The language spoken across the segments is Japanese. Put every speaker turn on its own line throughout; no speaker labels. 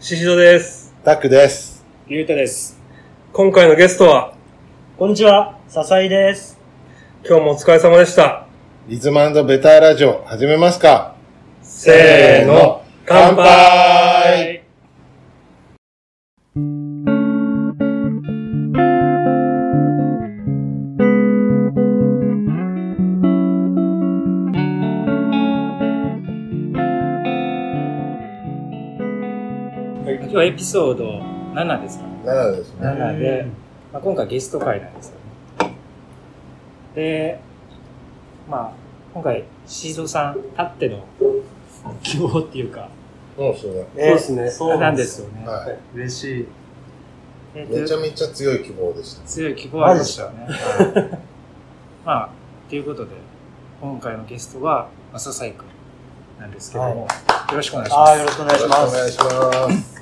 ししどです。
タックです。
ゆうたです。
今回のゲストは、
こんにちは、笹井です。
今日もお疲れ様でした。
リズムベターラジオ始めますか
せーの、乾
乾
杯
杯
今日はエピソード7ですかね。
!7 ですね。
7で、まあ、今回ゲスト会なんですよね。で、まあ、今回、シードさんあっての希望っていうか、
そうですね。
そうですね。そ
なんですよね。
は
嬉しい。
で
い。めちゃめちゃ強い希望でした。
強い希望はありましたよね。はいまあ、ということで、今回のゲストは、まあ、笹井くんなんですけども、よろしくお願いします。
ああ、よろしくお願いしま
よろ
す。
しくお願いします。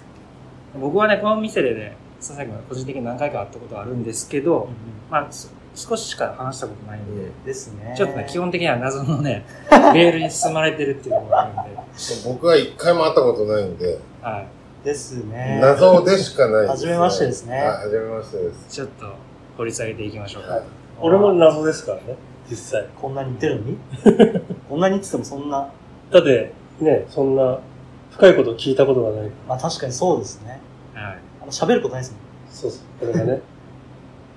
僕はね、この店でね、佐々木君が個人的に何回か会ったことあるんですけど、まあ、そ少ししか話したことないんで、
ですね。
ちょっとね、基本的には謎 のね、レールに進まれてるっていうのがあるんで、
僕は一回も会ったことないんで、
は
ですね。
謎でしかないです、
初めましてですね
はい、初めましてです。
い。ちょっと掘り下げていきましょうか。
はい
俺も謎ですからね、実際。
こんなに言ってるのにこんなに言っててもそんな、
だって、ね、そんな深いことを聞いたことがない。
まあ確かにそうですね。
はい。
あの喋ること ないですもん。
そうそう。これが ね。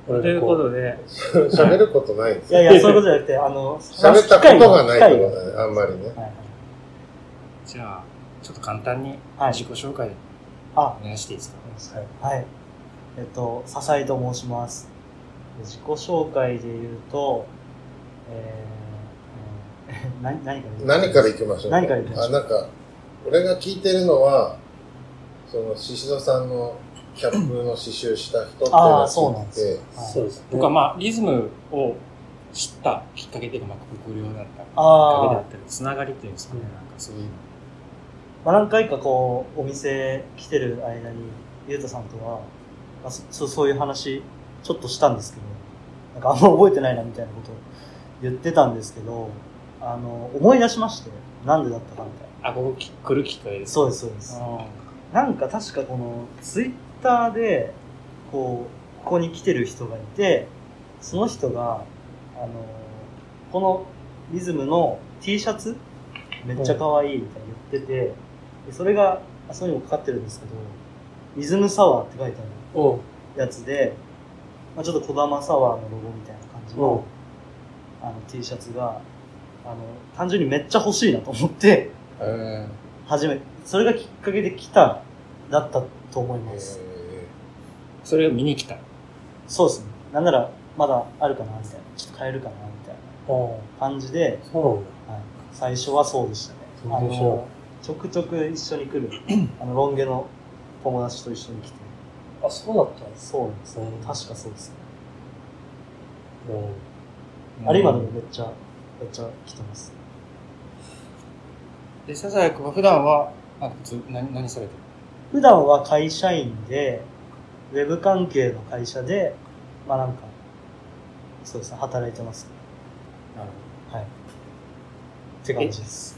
こと
いうことで、
喋ることないんです
いや
よ。
いや、そういうことじゃなくて、あの、
喋ったことがないって
機
こ
会
とね、あんまりね。
はい
じゃあ、ちょっと簡単に
はい。
自己紹介
あ
お、願いしていいですか。
はい。えっと、笹井と申します。自己紹介で言うと、えー、うん何、何から言う
何から行きましょう
何から行きましょう
あ、なんか、俺が聞いてるのは、その、シシドさんのキャップの刺繍した人っていうの
あ
を
あ、そうなん
聞い
で
て、
すよ。はい
そうですね。
僕はまあ、リズムを知ったきっかけっていうか、まあ、国領だったり、きっかけだ
ああ
っ、たり、つながりっていうんですかね、なんかそういうの。
まあ、何回かこう、お店来てる間に、ゆうたさんとは、まあ、そそうそういう話、ちょっとしたんですけど、なんかあんま覚えてないなみたいなことを言ってたんですけど、あの、思い出しまして、なんでだったかみたい
あ、ここき来るきっかけで
な。
す。
そうです、そうです。
あ
なんか確かこの、ツイッターで、こう、ここに来てる人がいて、その人が、あの、このリズムの T シャツめっちゃ可愛いみたいに言ってて、でそれが、あそこにもかかってるんですけど、リズムサワーって書いてあ
おう
るやつで、まあ、ちょっと小玉サワーのロゴみたいな感じ
おう
の、あの T シャツが、あの、単純にめっちゃ欲しいなと思って、
え
初め、それがきっかけで来た、だったと思い
ー
ます。
それを見に来た。
そうですね。なんなら、まだあるかなみたいな。ちょっと買えるかなみたいな
おう
感じで、
そうなんだ。
はい、最初はそうでしたね。あ
そうでしょ
の、ちょくちょく一緒に 来る、あの、ロン毛の友達と一緒に来て。
あ、そうだったんです。
そうなんですね。
うん
確かそうですね。
うん
あれ今でもめっちゃ、めっちゃ来てます。
で、サザエ君は普段は、あず何何されてる
普段は会社員で、ウェブ関係の会社で、まあなんか、そうですね、働いてます。
なる
はい。って感じです。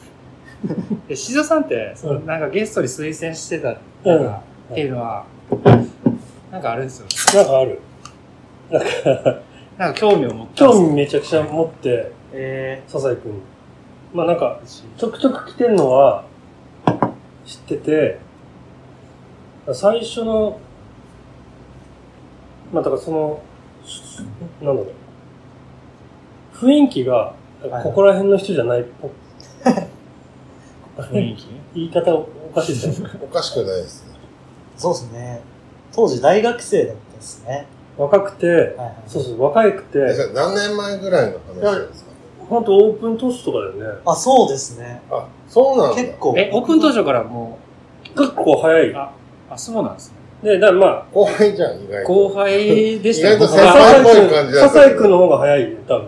ほど。で、シゾさんって、その
うん
なんかゲストに推薦してた
う
なん
ん
かっていうのは、なんかあるんですよ。
なんかある。
なんか興味を持ったんですよ。
興味めちゃくちゃ持って、
え
笹井くんに。まあなんか、
ー、
ちょくちょく来てんのは知ってて、最初の、まあだからその、しなんだろう。雰囲気が
は、い
ここら辺の人じゃないっぽく、
雰囲気
言い方おかしいです ね。
おかしくないですね。
そうですね。当時大学生だったですね。
若くて、
はいはい。
そうそう、若く
えそ
て、
れ何年前ぐらいの話なんですか
ほんとオープントスとかだよね。
あ、そうですね。
あ、そうなんだ。
結構。
え、オープン当初からも
結構早い。
う、あ、あ、そうなんですね。
で、だからまあ、
後輩じゃん、意外と。
後輩でした
意外と
僕は
先輩
笹井
っぽい感
くん、
じなんだけど
笹井くんの方が早いよ、多分。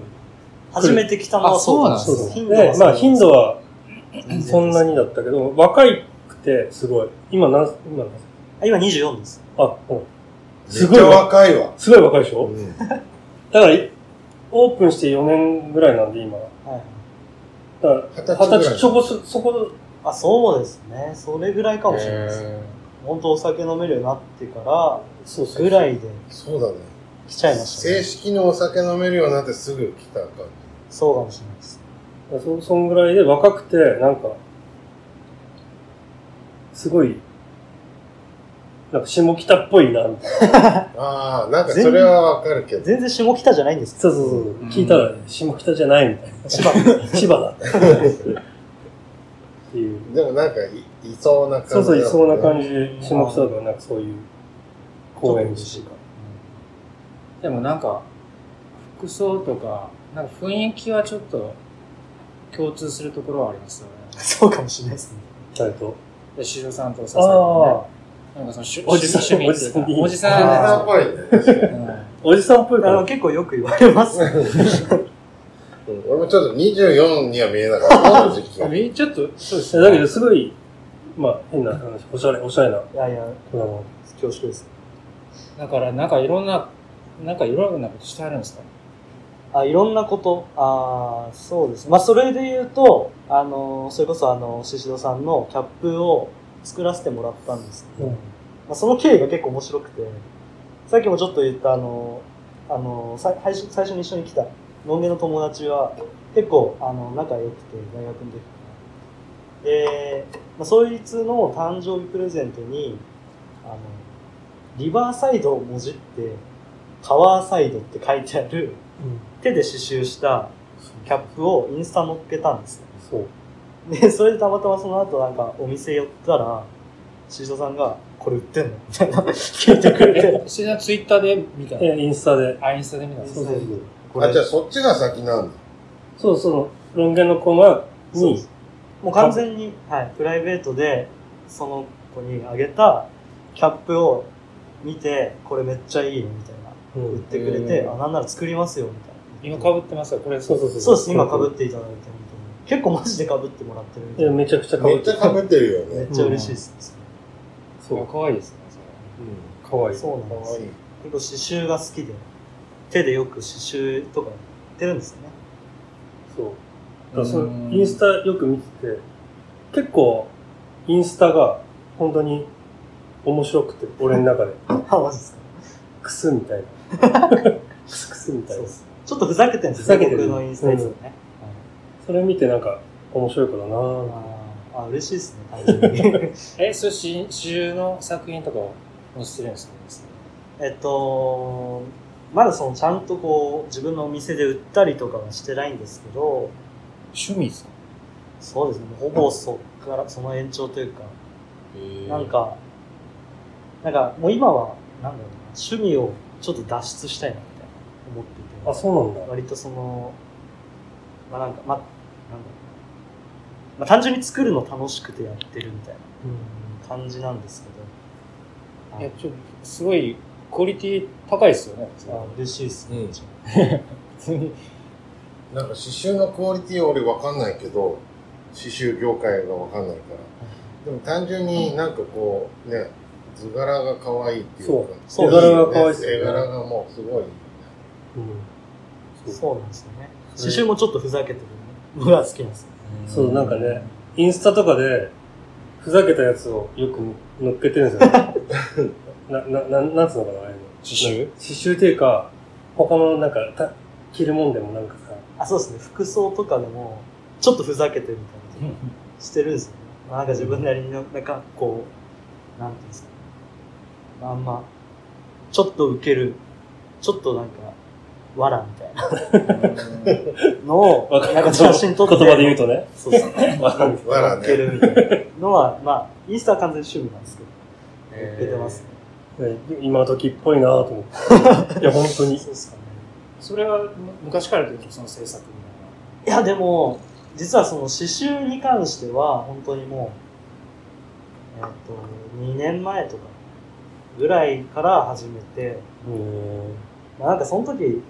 初めて来たのは
あそうなんです
そう
かも
そう。
しれない
で、まあ頻度は
全然
そんなにだったけど、若いくて、すごい。今何す、今何す
あ今24です。
あ、うん。
めっちゃ若いわ。
すごい若いでしょ
うん
だから、いオープンして4年ぐらいなんで、今。
はいはい。
だから、
二十歳ぐら
二
い
十歳、そこ、そそこ、
あ、そうですね。それぐらいかもしれないですね。
へ
本当お酒飲めるようになってか
そう
ら、ぐら
い。
いで
そうだね。
来ちゃいました
正
ね。
式にお酒飲めるようになってすぐ来た感
そうかもしれないです。
そ、そんぐらいで若くて、なんか、すごい、なんか下北っぽいな、みたいな
じ。ああ、なんかそれはわかるけど。
全然下北じゃないんですか
そうそうそう。聞いたら、下北じゃないみたいな。
千葉。
千葉だ。っていう。
でもなんかい、いそうな感じ、
そうそう、いそうな感
じ。
じで、下北とかなんかそういう公園にしてか。
でもなんか、服装とか、なんか雰囲気はちょっと共通するところはありますよね。
そうかもしれないですね。
二人と。
で、シロさんと笹井さん
ああ、
ね。なんかその趣、
おじさん
趣味っていうか
おじさんに
おじ
おじさん
さ
っぽいね。
ん。うん
おじさんっぽい
あ
か
の
ら。
結構よく言われ ます。
うん俺もちょっと24には見えなかった、正直。
えちょっと、そうです
いやだけど、すごい、まあ、変な話、おしゃれ、おしゃれな。
いやいや、
子だな
恐縮です。
だから、なんかいろんな、なんかいろんなことしてあるんですか
あ、いろんなこと。ああ、そうです。まあ、それで言うと、あの、それこそあの、シシドさんのキャップを作らせてもらったんですけど、
うん
まあ、その経緯が結構面白くて、さっきもちょっと言ったあの、あの、さ最初最初に一緒に来た、ノンゲの友達は、結構、あの、仲良くて、大学の時から。で、まあ、そいつの誕生日プレゼントに、あの、リバーサイドをもじって、パワーサイドって書いてある、手で刺繍したキャップをインスタ乗っけたんですよ
そう。
で、それでたまたまその後なんかお店寄ったら、シートさんが、これ売ってんのみたいな聞 いてくれて。
私はツイッターで見たの。
え、インスタで。
あ、インスタで見たんです
そうそうそう。
こ
あ、
れ
じゃあそっちが先なんだ。
そう、その、ロン毛の子が、
そう
に
です、もう完全に、はい、プライベートで、その子にあげたキャップを見て、これめっちゃいいのみたいな。
う
売っ
ん。
てくれ
へ
て、
ー
あ、なんなら作りますよ、みたいな。
今被ってますよ、これ。
そうそうそう。
そうです、今被っていただいて、本当に。結構マジで被ってもらってるみたい
え
な。
めちゃくちゃ
め
被
っ
っ
ち
て
ゃ被ってるよ
めっ
ね。
ちゃ嬉しいです。
そう。
可愛いですね、それ。
かわいい。
そうなん
か
です
わいい。
結構刺繍が好きで、手でよく刺繍とかやってるんですよね。
そう。だからそ
うん
のインスタよく見てて、結構、インスタが本当に面白くて、俺の中で。
あ、マジですか
クスみたいな。クスクスみたい
そう
な
で。す。ちょっとふざけてるんです
ふざけ
ね、
てる
僕のインスタいつもね。
それ見てなんか、面白い子だなぁ。
あーあ、嬉しいですね、単純 に。
え、それ、詩集の作品とかを載せてるんですか
えっと、まだそのちゃんとこう、自分のお店で売ったりとかはしてないんですけど、
趣味ですか
そうですね、もうほぼそっから、その延長というか、なん、か、なんかもう今は、なんだろうな、趣味をちょっと脱出したいな、みたいな思っていて。
あ、そうなんだ。
割とその、まあなんか、まあ、なんだろう。まあ単純に作るの楽しくてやってるみたいな感じなんですけど。
い
は
や
い、
ちょっと、すごい、クオリティ高いですよね。
あ嬉しいですね。
うん
ちょっ
普通に。
なんか刺繍のクオリティは俺わかんないけど、刺繍業界がわかんないから。でも単純になんかこう、ね、図柄が可愛いっていうか。
そう
いいよね
絵柄が可愛いっすよね
絵柄がもうすご
う
い。
ん
とそうなんですよね。刺繍もちょっとふざけてるのが好きなんですよ。
そう、なんかね、インスタとかで、ふざけたやつをよく乗っけてるんですよ、ね。 な、な、なん、なんつうのかな、あれの。
刺繍
な刺繍っていうか、他のなんか、た着るもんでもなんかさ、
あ、そうですね。服装とかでも、ちょっとふざけてるみたいなのしてるんですよね。まあなんか自分なりになんかこう、なんていうんですかね。まあんま、ちょっとウケる、ちょっとなんか、わらみたいなのを、
わか
なんか写真撮って。
言葉で言うとね。
そうそう。
わかんない
わら
乗っけ
ね。
るみたいなのは、まあ、インスタは完全に趣味なんですけど、乗っけてますね。
今時っぽいなぁと思 って。いや、本当に。
そうですかね。
それは、む昔からというか、その制作み
いや、でも、実はその刺繍に関しては、本当にもう、えっ、と、2年前とかぐらいから始めて、
うん。
まあ、なんかその時、多分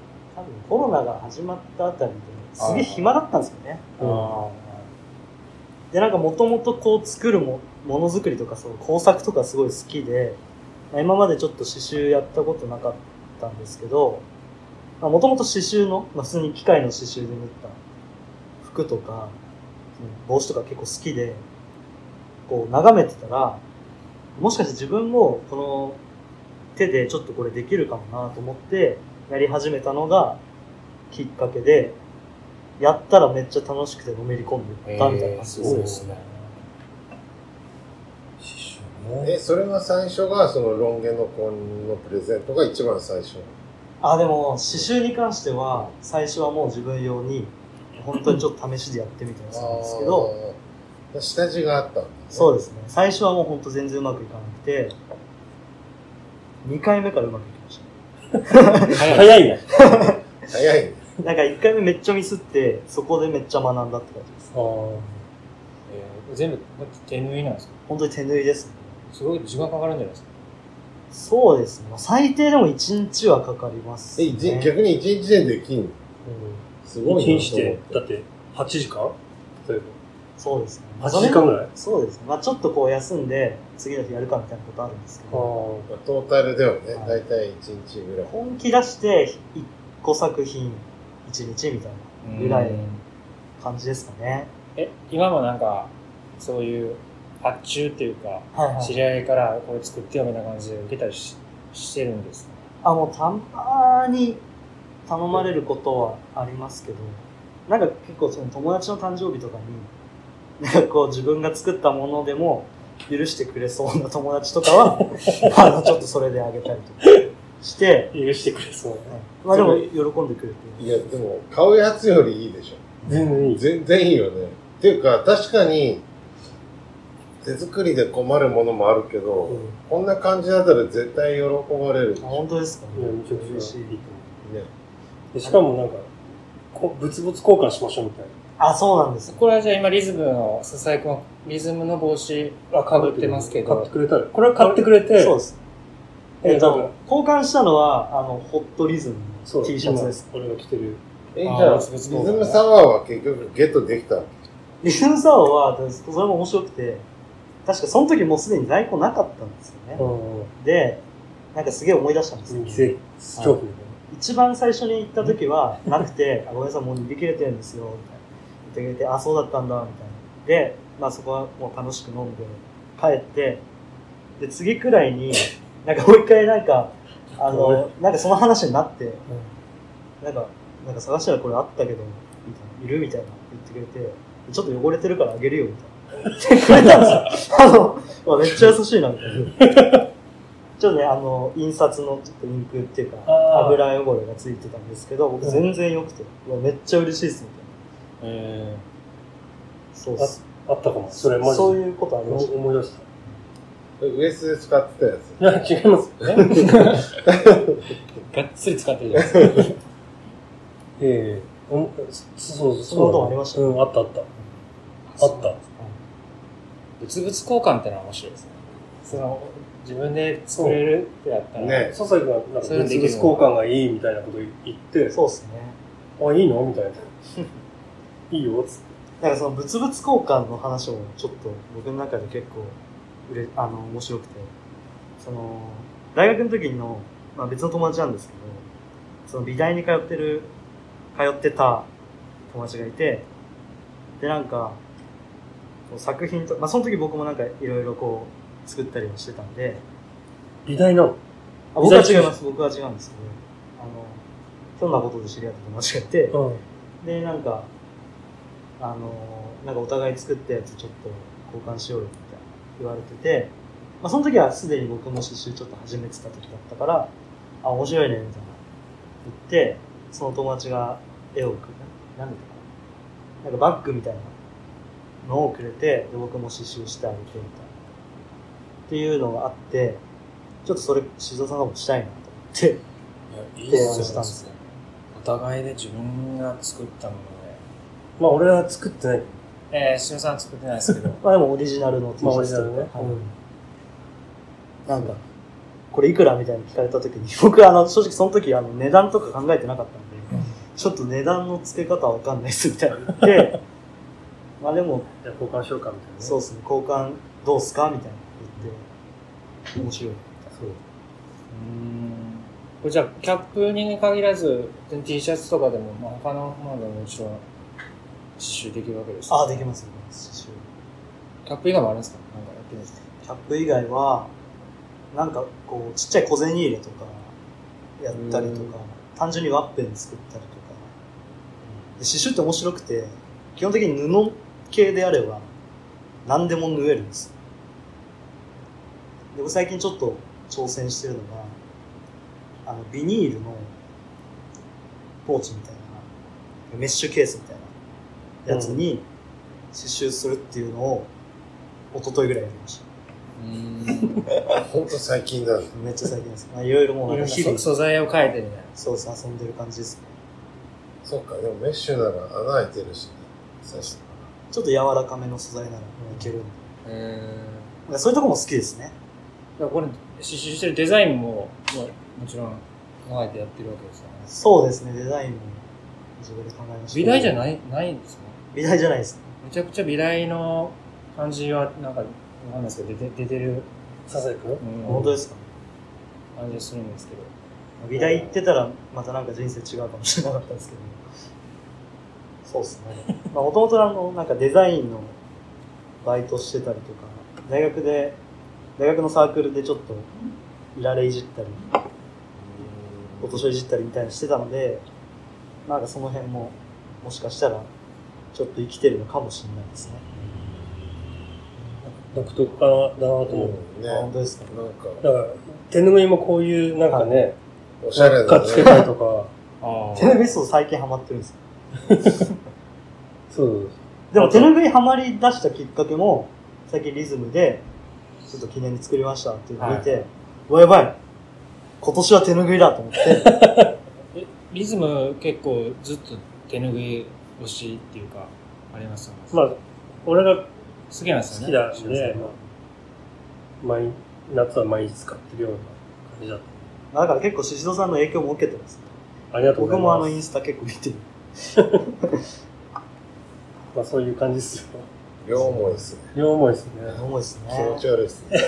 コロナが始まったあたりで、すげえ暇だったんですよね。
たいな。あ
で、なんかもともとこう作るもものづくりとかそう工作とかすごい好きで、まあ今までちょっと刺繍やったことなかったんですけど、もともと刺繍の、まあ、普通に機械の刺繍で縫った服とか、その帽子とか結構好きで、こう眺めてたら、もしかして自分もこの手でちょっとこれできるかもなと思ってやり始めたのがきっかけで、やったらめっちゃ楽しくてのめり込んでったみたいな。
すごいですね。刺繍ね。
え、それは最初が、そのロン毛の子のプレゼントが一番最初。
あ、でも刺繍に関しては最初はもう自分用に本当にちょっと試しでやってみたやつなんですけど、
あー。下地があったんだ、ね。。
そうですすね。最初はもう本当全然うまくいかなくて、2回目からうまくいきまし
早いね。
早いね。
た。なんか1回目めっちゃミスって、そこでめっちゃ学んだって感じです。
あー
えー全部、だって手縫いなんですか
本当に手縫いですね。
すごい時間かかるんじゃないですか
そうですね。まあ最低でも1日はかかります、
え、
ね。
一日逆に一日でできんのすごいなと思
一
って。
日して、だって8時間例え
そうですね。
ば。8時間ぐらい
そうですね。まあちょっとこう休んで、次の日やるかみたいなことあるんですけど、
あ
まあトータルではね、
は
だ
い
いたい一日ぐらい。
本気出して1個作品1日みたいなぐらい感じですかね。
え、今もなんか、そういう発注っていうか、
はいはい。
知り合いからこれ作ってよみたいな感じで受けたりししてるんですか
あ、もうたまに頼まれることはありますけど、なんか結構その友達の誕生日とかに、なんかこう自分が作ったものでも許してくれそうな友達とか は、あの、ちょっとそれであげたりとかして、
許してくれそう。
まあでも喜んでくれて
いや、でも、買うやつよりいいでしょ。
全然いい。
全然いいよね。っていうか、確かに、手作りで困るものもあるけど、
う
こんな感じだったら絶対喜ばれるでし
あ、
ょ。
本当ですか
んいや、めちゃくちゃいい
嬉しい。
ね。
でしかもなんか、こ物々交換しましょうみたいな。
あ、そうなんです
そ
よ。
こらじゃあ今リズムの、佐々木君はリズムの帽子は被ってますけ
買っ
ど
て、くれたら。これは買ってくれて、
そうです。
え
え
ー
っ
多分
と、交換したのは、あの、ホットリズム
そ
の
う
T シャツです。。
今俺が着てる。
え、じ
あー
ゃあ、リ
別々
ズ
の方が
ムサワーは結局ゲットできたわ
リズムサワーは、それも面白くて、確かその時もうすでに在庫なかったんですよね。で、なんかすげえ思い出したんです
人
よ
気。製商品
一番最初に行った時はなくて、あごめんなさい、もう売り切れてるんですよ、みたいな。言ってくれて、あ、そうだったんだ、みたいな。で、まあそこはもう楽しく飲んで、帰って、で、次くらいに、なんかもう一回なんか、あの、なんかその話になって、なんか、なんか探したらこれあったけど、みたいな、いるみたいな言ってくれて、ちょっと汚れてるからあげるよ、みたいな。ってくれたん ですよ。あの、まあ、めっちゃ優しいな、みたいな。ちょっとね、あの、印刷のちょっとインクっていうか、
あー
油汚れがついてたんですけど、僕
うん
全然良くて、うわめっちゃ嬉しいです、みたいな。
え
そうっす。
あったかも。それマジで。
そういうことありました。
思い出した。
け。ウエスで使ってたやつ。
いや、違います。
ーがっつり使ってるじゃないですか。
ええおそうそう、そう。
そういうこともありました
うん、あったあった。あった。
物々交換ってのは面白いですね。その、自分で作れるってやったら、
ね
笹井がなんか物
そ
々
れでき
交
る
換がいいみたいなこと言って、
そうですね。
あ、いいのみたいな。いいよ、つって。
なんかその物々交換の話もちょっと僕の中で結構うれあの面白くてその大学の時の、まあ、別の友達なんですけどその美大に通ってる通ってた友達がいてでなんかこう作品と、まあ、その時僕もなんかいろいろこう作ったりもしてたんで
美大なの。
あ僕は違います僕は違うんですけどあのひょんなことで知り合った友達がいて、
うん。
でなんかあのなんかお互い作ったやつちょっと交換しようよみたいな言われてて、まあ、その時はすでに僕も刺繍ちょっと始めてた時だったからあ面白いねみたいな言ってその友達が絵をくれなんだったかななんかバッグみたいなのをくれてで僕も刺繍してあげてみたいなっていうのがあってちょっとそれ静岡さんがもしたいなと思って
いや、いい
提案
っ
したんです
よ。お互いで自分が作ったもの
まあ、俺は作ってない。
で、えー、しおさんは作ってないですけど、
まあでもオリジナルの T シ
まあ、
ャ
オリ
ツ
ジ
と
ナ
か
ルね。
はいなんか、これいくらみたいに聞かれた時に、 僕あの、正直その時あの値段とか考えてなかったんで、ちょっと値段の付け方わかんないですみたいな言 って、まあでも、
じゃあ交換しようか、みたいなね。
そうですね、交換どうすかみたいな言って、面白い。
そう。
うんこれじゃあ、キャップに限らず、T シャツとかでも、まあ、他のものでももちろん、刺繍できるわけですよ
ああ、できます、できます刺繍
キャップ以外もあるんですかなんかやってるんですか
キャップ以外は、なんかこう、ちっちゃい小銭入れとか、やったりとか、単純にワッペン作ったりとか。で刺繍って面白くて、基本的に布系であれば、何でも縫えるんですよ。で、僕最近ちょっと挑戦してるのが、あの、ビニールのポーチみたいな、メッシュケースみたいなやつに刺繍するっていうのを、一昨日ぐらいやりました。
ほんと最近だね。
めっちゃ最近です。まあ、いろいろもうなんか日
素
々、
素材を変えてみたいな。
そうです、遊んでる感じですね。
そっか、でもメッシュなら穴開いてるしね。刺して
ちょっと柔らかめの素材ならもういけるんで。なんかそういうとこも好きですね。
だからこれ、刺繍してるデザインも、もうもちろん考えてやってるわけですよね。
そうですね、デザインも自分で考えました。
美大じゃ
い
ない、ないんですね。
美大じゃないですね。
めちゃくちゃ美大の感じは、なんか、わかんないですけど、出て出てる、
笹井くん
うん
本当ですか
感じがするんですけど。
美大行ってたらまたなんか人生違うかもしれなかったんですけど。そうですね。まあもともとあの、なんかデザインのバイトしてたりとか、大学で、大学のサークルでちょっといられいじったり、お年をいじったりみたいにしてたので、なんかその辺も、もしかしたら、ちょっと生きてるのかもしれないですね。
独特かな、だなと
た。
思う。
うん、ね。
あ本当ですか
なんか、
だから、手ぬぐいもこういう、なんかね、
おしゃ
輪
れ
っか
だ
つけ
ね。
たりとか、
あ
手ぬぐいそう最近ハマってるんですよ
そう、
でも手ぬぐいハマり出したきっかけも、最近リズムで、ちょっと記念に作りましたっていうのを見て、うわやばい今年は手ぬぐいだと思って、
リズム結構ずっと手ぬぐい推しっていうか、ありますよね。
まあ、俺が
好きなんです
好
よ
き
ね。
だしね
白、
毎、夏は毎日使ってるような感じだっ
だから結構宍戸さんの影響も受けてます。
た。ありがとうご
僕
ざい
もあ
ま
の
す。
インスタ結構見てる。
まあ、そういう感じですよ。
両思いですね。
両思いですね。
重いですね。
気持ち悪いですね。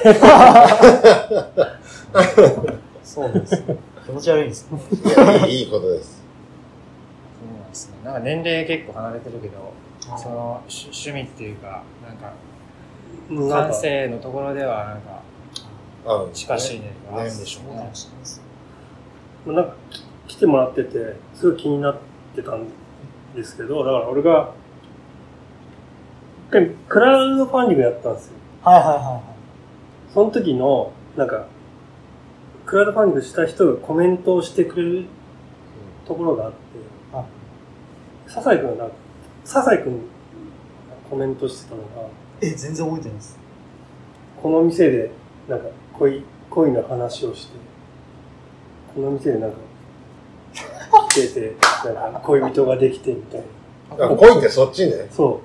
そうなんで すよ。気持ち悪いんですよ。
いや、いいいいことです。
さんそうなんですね。なんか年齢結構離れてるけど、その趣趣味っていうか、なんか、
なんか
感性のところではなんか
あ
近しいねがあるんでしょ
そううか
ね
も。しれないです。
なんかき来てもらってて、すごい気になってたんですけど、だから俺が、一回クラウドファンディングやったんですよ。
はいはいはいはい。
その時の、なんか、クラウドファンディングした人がコメントをしてくれるところがあって、
あ
笹井くんがなんか、笹井くんがコメントしてたのが、
え、全然覚えてないです。
この店で、なんか、恋、恋の話をして、この店でなんか、来てて、なんか、恋人ができてみたいな。
あ恋ってそっちね。
そ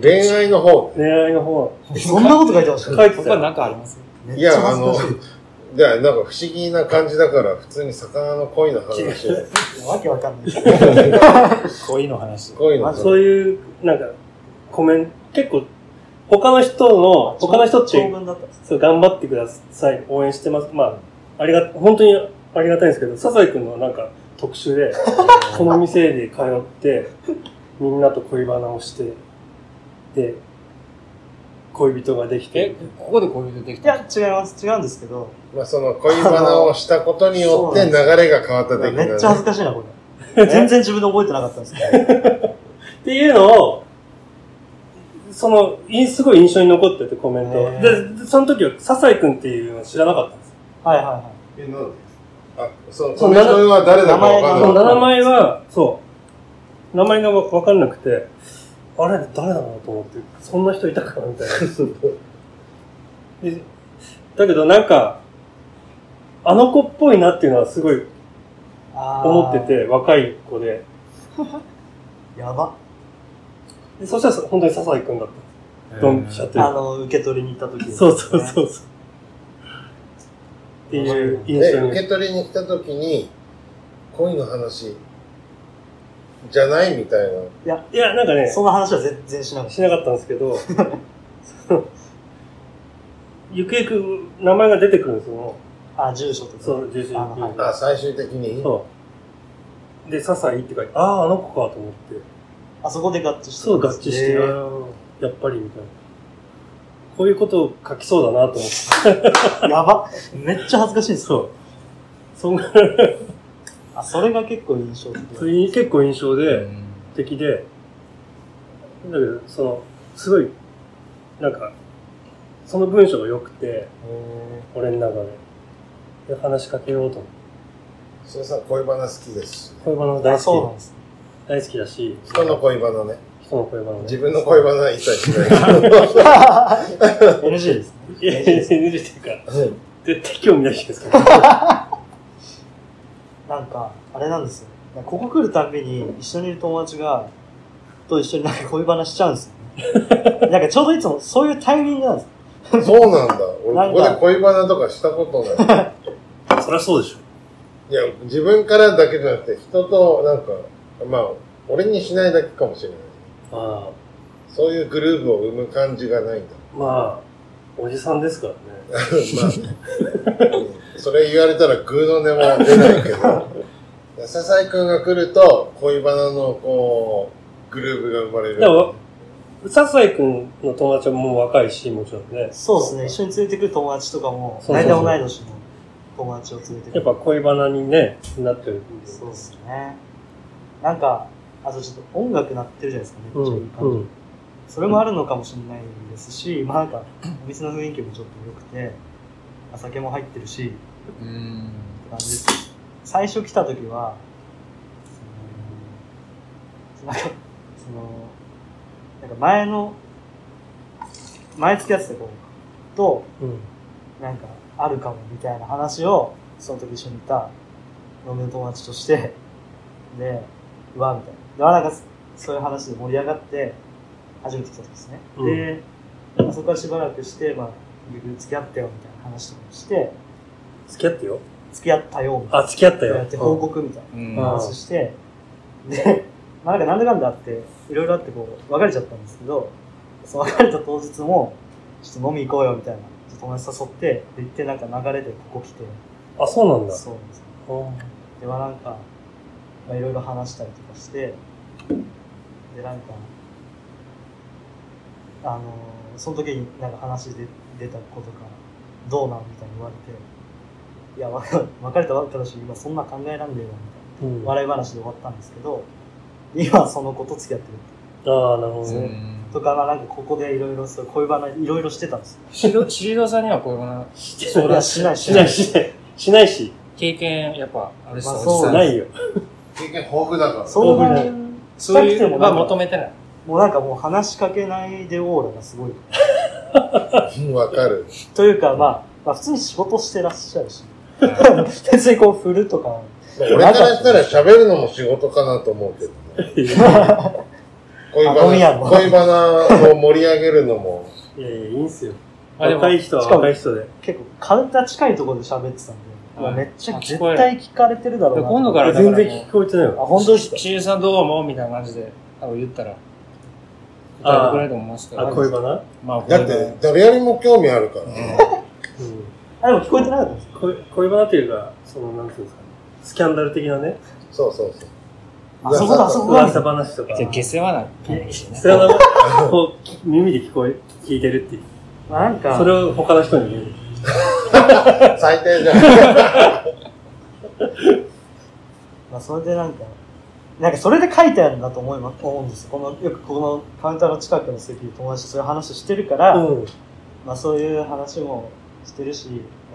恋愛の方
う。
ね。
恋愛の方、
そんなこと書いてました
書いてた
他
よ。
なんかあります
めっ
い
ちゃ
や、あの
恥ずかし、
いや、なんか不思議な感じだから、普通に魚の恋の話を。
い。わけわかんないです。
恋の話。
恋の
ま
話
ず。
そういう、なんか、コメント、結構、他の人の、他の人っ
長
て、
文だったんです。
そう、頑張ってください、応援してます。まあ、ありが、本当にありがたいんですけど、笹井くんのなんか、特集で、この店で通って、みんなと恋バナをして、で、恋人ができ
え
て、、
ここで恋人でき
い
た
や、違います。違うんですけど、
まあ、その恋バナをしたことによって流れが変わった的なね。
めっちゃ恥ずかしいな、これ。全然自分で覚えてなかったん ですけど。
っていうのを、その、いすごい印象に残ってて、コメン
へ
ト。
ー
で、その時は、笹井くんっていうのは知らなかったんです。
はいはいは
え、なんであ、そう、
そ
そうれは誰だかわ
そ
か
の
んない。
名前は、そう、名前がわわかんなくて、あれ、誰だろうと思って、そんな人いたかなみ たいな。でだけどなんか、あの子っぽいなっていうのはすごい
い。あー
思って。て、若い子で。
やば。
でそしたら本当に笹井くんだったんです。ドンピシャとい
あ
うか。
の、受け取りに行った時ですね
そうそうそうそう。っていう印
え、
象に
受。け取りに来た時に、恋の話、じゃないみたいな。
いや、なんかね、
そんな話は全然しなかっ
しなかったんですけど、 そのゆくゆく名前が出てくるんですよ。
た。あ、住所とか。
そう、住所
あはい
あ、最終的に
そう。で、笹井って書いて、ああ、あの子かと思って、
あそこで合致して
そう合致して、
え
あ
ー
ーやっぱりみたいな。こういうことを書きそうだなと思って。
やばめっちゃ恥ずかしいです。
そう。そんぐらい、
あ、それが結構印象的。
それに結構印象
う
で、
ん
的で、だけど、その、すごい、なんか、その文章が良くて、俺の中で。で、話しかけようと思って。
それさん恋バナ好きですし
恋バナ大
あ、そうな
好
ん です。
き。大好きだし、
人の恋バナね
人の恋バナ。
自分の恋バナは一切しない
NG ですね。
いやいや、NG っていうか、
うん
絶対興味ない人ですから。
なんか、あれなんですよ。ここ来るたんびに一緒にいる友達が、と一緒になんか恋バナしちゃうんです よ、ね。なんかちょうどいつもそういうタイミングなんです。
そうなんだ
な
俺
ん
ここ
か
で恋バナとかしたこと ない
そりゃそうでしょ。
いや自分からだけじゃなくて人となんかまあ俺にしないだけかもしれない
ま
そういうグループを生む感じがないんだ
あ、まあ、おじさんですからね。
まあ、うんそれ言われたらグーの音も出ないけど笹井君が来ると恋バナのこうグループが生まれる
でも笹井くんの友達はもう若いし、もちろんね。
そうですね。一緒に連れてくる友達とかも、
そうそう
大
そう
体同い年の友達を連れてく
やっぱ
る。
恋バナにね、なってるんで。
そうですね。なんか、あとちょっと音楽鳴ってるじゃないですか、
う
めっちゃいい
ん。
感じ。
うん。
それもあるのかもしれないですし、まあなんか、お店の雰囲気もちょっと良くて、まあ酒も入ってるし、って
うん
感じです。最初来た時は、その、なんか、その、なんか前の、前付き合ってた子と、
うん。
なんか、あるかもみたいな話を、その時一緒にいた、飲みの友達として、で、うわ、みたいな。で、まあなんか、そういう話で盛り上がって、初めて来た時ですね。
うん
で、なんかそこからしばらくして、まあ、結局付き合ったよ、みたいな話とかもして、
付き合ってよ。
付き合ったよ、みたい
あ、付き合った
な。
よ。
やって報告みたい
うん
な話して、で、 まあなんかなんだかんだあって、いろいろあってこう、別れちゃったんですけど、その別れた当日も、ちょっと飲み行こうよ、みたいな。ちょっと友達誘って、で行ってなんか流れでここ来て、
うんあ、そうなんだ。
そうなんですよ。
うん
で、まあなんか、まあいろいろ話したりとかして、で、なんか、あのーその時になんか話で出たことから、どうなんみたいに言われて、いや、わか別れたばっかだし、今そんな考えらんねえわ、みた
う
い
ん。
な。笑い話で終わったんですけど、今はその子と付き合ってる。
ああ、なるほど
う
ね。
ん
とか、まあなんかここでいろいろそう、恋バナいろいろしてたんですよ。
シロシリドさんにはこういうもの
し
いや、しない、し
し
な
ないい、。しない。しないし、
経験やっぱあれさ、
まあ
おじ
そう
さん
ない よ。
経験豊富だから
そんな、
そういうのは求めて ない。
もうなんかもう話しかけないでオーラがすごい。
うんわかる
というか、まあ、まあ、普通に仕事してらっしゃるし、
は
別にこう振るとか、
まあ俺からしたら喋るのも仕事かなと思うけどね。恋バ
あ飲み屋
ナ、
の
恋バナを盛り上げるのも、
いやいや、いいんすよ。
あでも
若い人は若い人で。
結構カウンター近いところで喋ってたんで、も
はい
うめっちゃ
あ
絶
聞こえる
対聞かれてるだろうなと。
今度か
あ
ら
全然聞こえてない
あ、
よ。
本当ですか
い。シリドさんどう思うみたいな感じで、多分言ったら、答えて
あ
くれると思いますけ
あ、
ど。
恋バナ
まあ、これ
だって誰よりも興味あるからね。
うん。
あ、でも聞こえてなかったんですか
恋恋バナというか、その、なんていうんですかね。スキャンダル的なね、
そうそうそう。
あそこだ、あそこだ。
噂話とか。
じゃあ下世話な感じね。
それはなんかこう、耳で聞こえ、聞いてるっていう。
まあなんか、
それを他の人に言う。
最低じゃん。
まあそれでなんか、なんかそれで書いてあるんだと思います思うんですよ。この、よくこのカウンターの近くの席で友達とそういう話してるから、
うん。
まあそういう話もしてるし、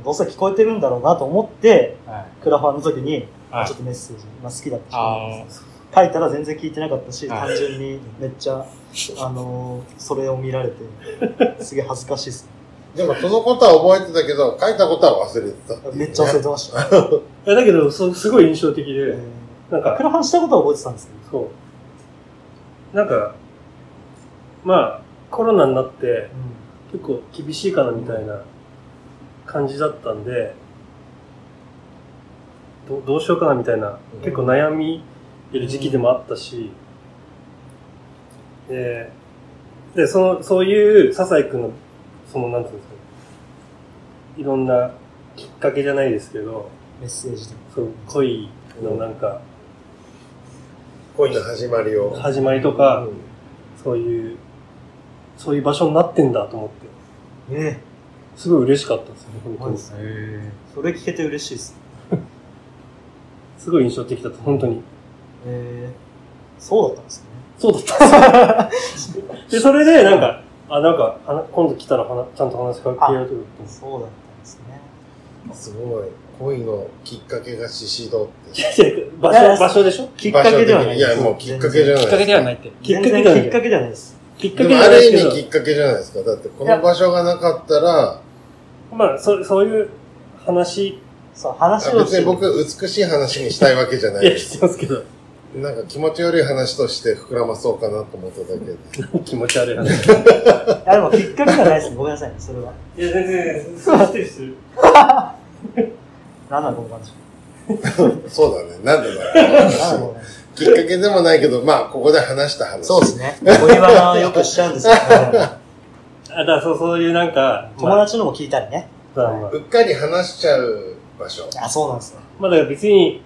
どうせ聞こえてるんだろうなと思って、
はい
クラファンの時に、
はい
ちょっとメッセージ、まあ好きだった人なんです
あ
書いたら全然聞いてなかったし、
はい
単純にめっちゃ、あのーそれを見られて、すげえ恥ずかしいっす。
でもそのことは覚えてたけど、書いたことは忘れてたっていうね
めっちゃ忘れてました。
いや、だけど、そう、すごい印象的
え
で、
ー
なんか
ク、ラファンしたことは覚えてたんですけど、
そう。なんか、まあ、コロナになって、結構厳しいかなみたいな感じだったんで、どどうしようかなみたいな、
うん
結構悩みいる時期でもあったし、で、で、その、そういう、笹井くんの、その、なんていうんですかね、いろんなきっかけじゃないですけど、
メッセージで。
そう、恋のなんか、
恋の始まりを。
始まりと
う
か、
ん
そういう、そういう場所になってんだと思って。
ね
すごい嬉しかったですね、本当に。
え
それ聞けて嬉しいですね。
すごい印象的だった、本当に。
えー、そうだったんですね。
そうだったんですよで、それで、なんか、あ、なんか、はな今度来たらはなちゃんと話しかけようと思って。
そうだったんですね。
すごい。恋のきっかけがシシドって。
いや 場所、場所でしょ
きっかけではない
いや、もうきっかけじゃ
な
ない
い。
きっかけではないって。
きっかけ
全
ではない
然きっかけではないです。
きっか
で
けじ
も
ゃ
あ
ない
る
ですけ
意味きっかけじゃないですか。だってこの場所がなかったら、
ど、まあ、そそういう話、
そう、話を
別に僕美しい話にしたいわけじゃない
いや、
で
知
す。
ってますけど、
なんか気持ち悪い話として膨らまそうかなと思っただけで。
気持ち悪い話。
いや、でもきっかけではないですね。ごめんなさいね、それは。
いや、全然、そうしてるしてる。
なんだこの感じ。
そうだね。なんでだ
なんだ
ろう。
この感じ。
きっかけでもないけど、まあ、ここで話した話。
そうですね。恋バナよくしちゃうん ですけど、
あ、だからそう、そういうなんか、
友達のも聞いたりね。
まあまあ
うっかり話しちゃう場所。
あ、そうなんですね。
まあ、だから別に、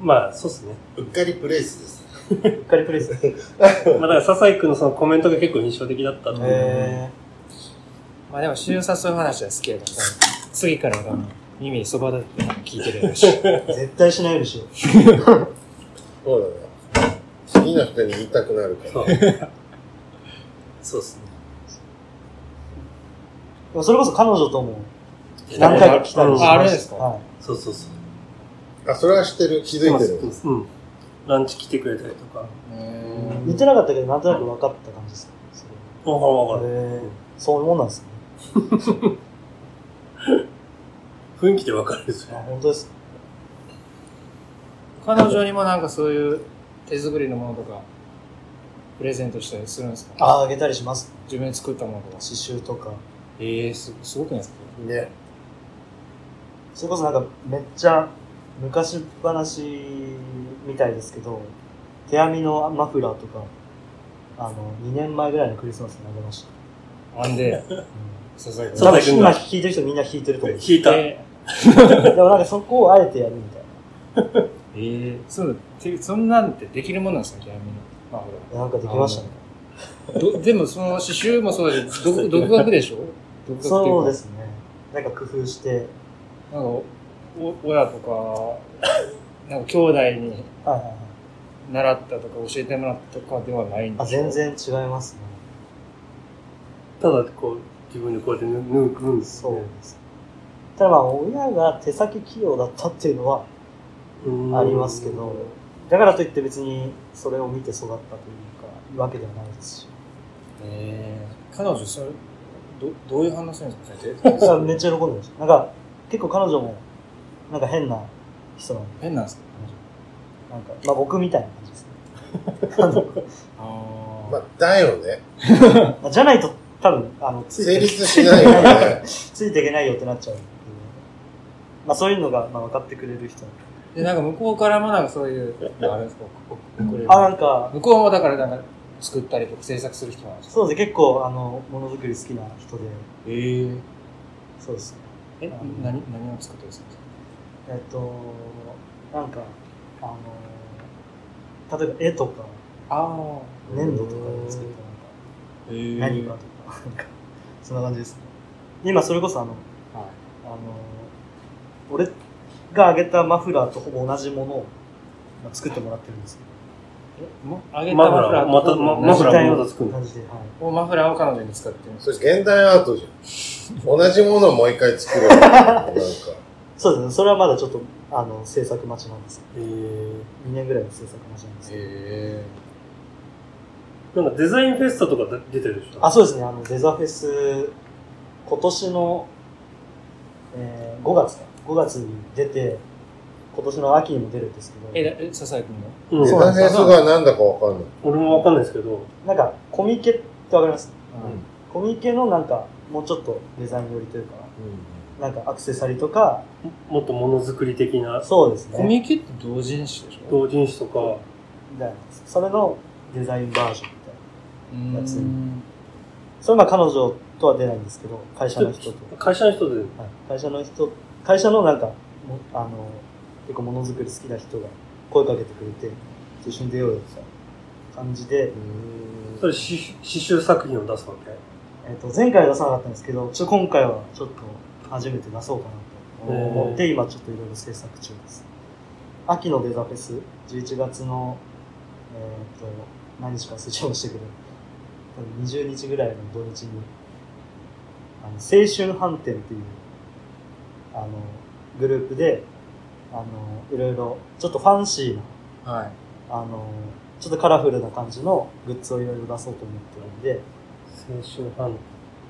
まあ、そうっすね。
うっかりプレイスです。
うっかりプレイス。へ
まあ、だから、笹井君のそのコメントが結構印象的だったと思う
え。
まあでも、瞬殺の話は好きやから、次からは多分耳にそばだって聞いてるやろ うし。
絶対しないようにしよう。
そうだね。次の人に言いたくなるから。
そう。そうっすね。
でもそれこそ彼女とも何回か来たりしました。
ああれですか
はい。
そうそうそう。
あ、それは知ってる。気づいてる。
うん。ランチ来てくれたりとか。
言ってなかったけど、なんとなく分かった感じですかそれ
わかるわかる。
へえそういうもんなんですね。
雰囲気でわかるです
あ、
よ。
本当ですか
彼女にもなんかそういう手作りのものとか、プレゼントしたりするんですか
あ、あげたりします。
自分で作ったものとか。
刺繍とか。
ええす、すごくないですか
ね。
それこそなんか、めっちゃ昔話みたいですけど、手編みのマフラーとか、あの、2年前ぐらいのクリスマスにあげました。
あんで、
う
ささや
ん、
か
そ
そう
れ
だ
多分今弾いてる人みんな弾いてると思う。
引いた。
え
でもなんかそこをあえてやるみたい
えー、そう、てそんなんてできるもんなんですか、闇の。まあ、ほ
な。なんかできましたね。
ら。どでも、その刺繍もそうだし、 独独学でしょ独学っていうか。
そうですね。なんか工夫して、
なんか、お親とか、なんか兄弟に
はいはいはい。
習ったとか教えてもらったとかではないんで
あ、
すか
全。然違いますね。
ただ、こう、自分でこうやって縫う縫うんです
そう
ね。
です。ただまあ、親が手先器用だったっていうのは
うん
ありますけど、だからといって別にそれを見て育ったというか、わけではないですし。
えー、彼女、それ、ど、どういう反応するんですかそれ
だ からめっちゃ喜んでました。なんか、結構彼女も、なんか変な人なんで、
変なんですか
なんか、まあ僕みたいな感じですねあの
あ
まあ、だよね。
まあ。じゃないと、多分、あの、つい
成
て、
立しないよね。
ついていけないよってなっちゃうんで。まあそういうのが、まあ分かってくれる人。
で、なんか向こうからもなんかそういう、あれですか送れる
あ、なんか、
向こうもだからなんか作ったりとか制作する人なんですか
そうですね、結構、あの、ものづくり好きな人で、
えー、
そうですね。
え、何、何を作ったりするんですか
えっと、なんか、あの、例えば絵とか、
ああ
粘土とかで作ったなんか、
えー、
何かとか、なんか、そんな感じですね。今、それこそあの、
は
あの、俺があげたマフラーとほぼ同じものをまあ作ってもらってるんですけ
い。え、も、あげた
マ
マ
フ
フ
ラ
ラ
ー、
ー
また、まマフラーもまた作
ど、
るの
感じで、はい。
をマフラーを彼女に使ってるんです
それ現代アートじゃん。同じものをもう一回作る。なんか。
そうですね、それはまだちょっと、あの、制作待ちなんです
えー
2年ぐらいの制作待ちなんですけど
え
なんかデザインフェスタとか出てるでしょ
あ、そうですね、あの、デザフェス、今年の、えー、5月か、5月に出て、今年の秋にも出るんですけど、
え、だえ、笹井君の
うん
デ
そう
ザフェスがなんだかわかんない。
俺もわかんないですけど、
なんか、コミケってわかります
うん
コミケのなんか、もうちょっとデザイン寄りというか、なんかアクセサリーとか、
もっとものづくり的な
そうです
コ
ね。
ミケって同人誌でしょ
同人誌とか、
みたいな。それのデザインバージョンみたいな。
う
やつ
ん。
それはまあ彼女とは出ないんですけど、会社の人と。
会社の人で、
はい、会社の人、会社のなんか、もあの、結構ものづくり好きな人が声かけてくれて、一緒に出ようよって感じで、
それ刺繍刺繍作品を出すわけ。
えっと、前回は出さなかったんですけど、ちょ今回はちょっと初めて出そうかなと思って、今ちょっといろいろ制作中です。秋のデザフェス、11月の、えっと、何日か忘れちゃいましたけど、多分20日ぐらいの土日に、あの青春飯店っていう、あの、グループで、あの、いろいろ、ちょっとファンシーな、
はい。
あの、ちょっとカラフルな感じのグッズをいろいろ出そうと思ってるんで、
青春ファン。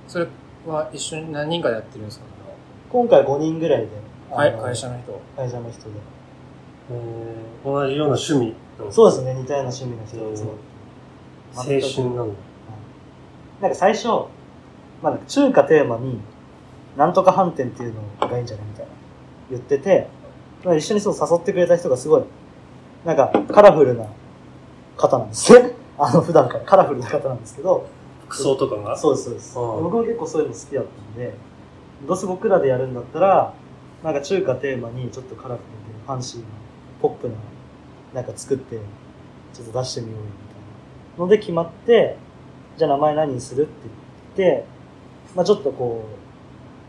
それは一緒に何人かやってるんですか
今回5人ぐらいで、
は
あ
い、
の
会社の人。
会社の人で。
えー同じような趣味の。
そうですね、似たような趣味の人が集まって。
青春なんだ。
なんか最初、まあ、なんか中華テーマに、なんとか飯店っていうのがいいんじゃないみたいな言ってて、まあ、一緒にそう誘ってくれた人がすごい、なんかカラフルな方なんですね。 あの、普段からカラフルな方なんですけど、
服装とかが
そうです、そうです。
ああ
僕も結構そういうの好きだったんで、どうせ僕らでやるんだったら、なんか中華テーマにちょっとカラフルで、ファンシーな、ポップな、なんか作って、ちょっと出してみようよ、みたいな。ので決まって、じゃあ名前何にするって言って、まあちょっとこ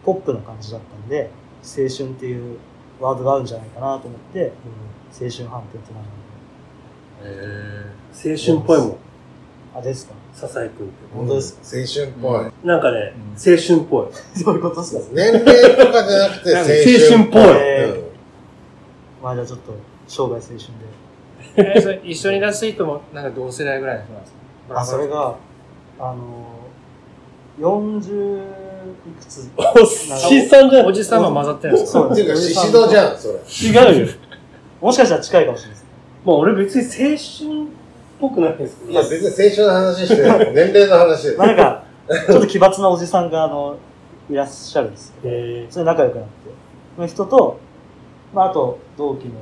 う、ポップな感じだったんで、青春っていうワードが合うんじゃないかなと思って、青春判定って名前
え
青春っぽいもん。
あ、ですか
笹井くんって。
本当 ですか
青春っぽい。
なんかね、
うん
青春っぽい。
どういうことですか
年齢とかじゃ なくて青春
青春っぽい。
えー
うん
まあじゃあちょっと、生涯青春で。
えそれ一緒に出す人も、なんか同世代ぐらいの人なんですか
あ、それ。が、あの、40いくつ。
おっさんじゃん。
おじさんも混ざってるんですか
そう
っていうか、シシドじゃん、それ。
違うよ。
もしかしたら近いかもしれないです。
まあ俺別に青春っぽくないですけ
い
ど
や、。別に青春の話して ない。年齢の話です
まあなんか、ちょっと奇抜なおじさんが、あの、いらっしゃるんですよ。
え
それで仲良くなって。その人と、まああと、同期のメン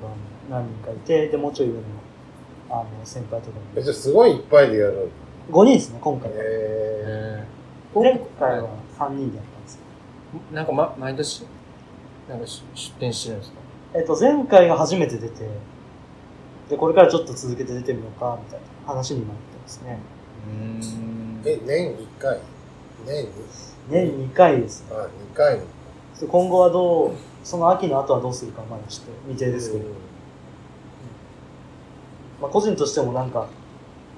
バーも何人かいて、で、もうちょい上の、あの、先輩とか
え
も。
じゃあすごいいっぱいでやる。
5人ですね、今回は。
え
前回は3人だったんですよ。
なんか、ま、毎年、なんかし出店してるんですか
えっと、前回が初めて出て、で、これからちょっと続けて出てみようか、みたいな話になってますね。
うん
ー、え、年1回年に
年2回ですね
あ、2回に。
で今後はどう、その秋の後はどうするかはまだちょっと未定ですけど、まあ個人としてもなんか、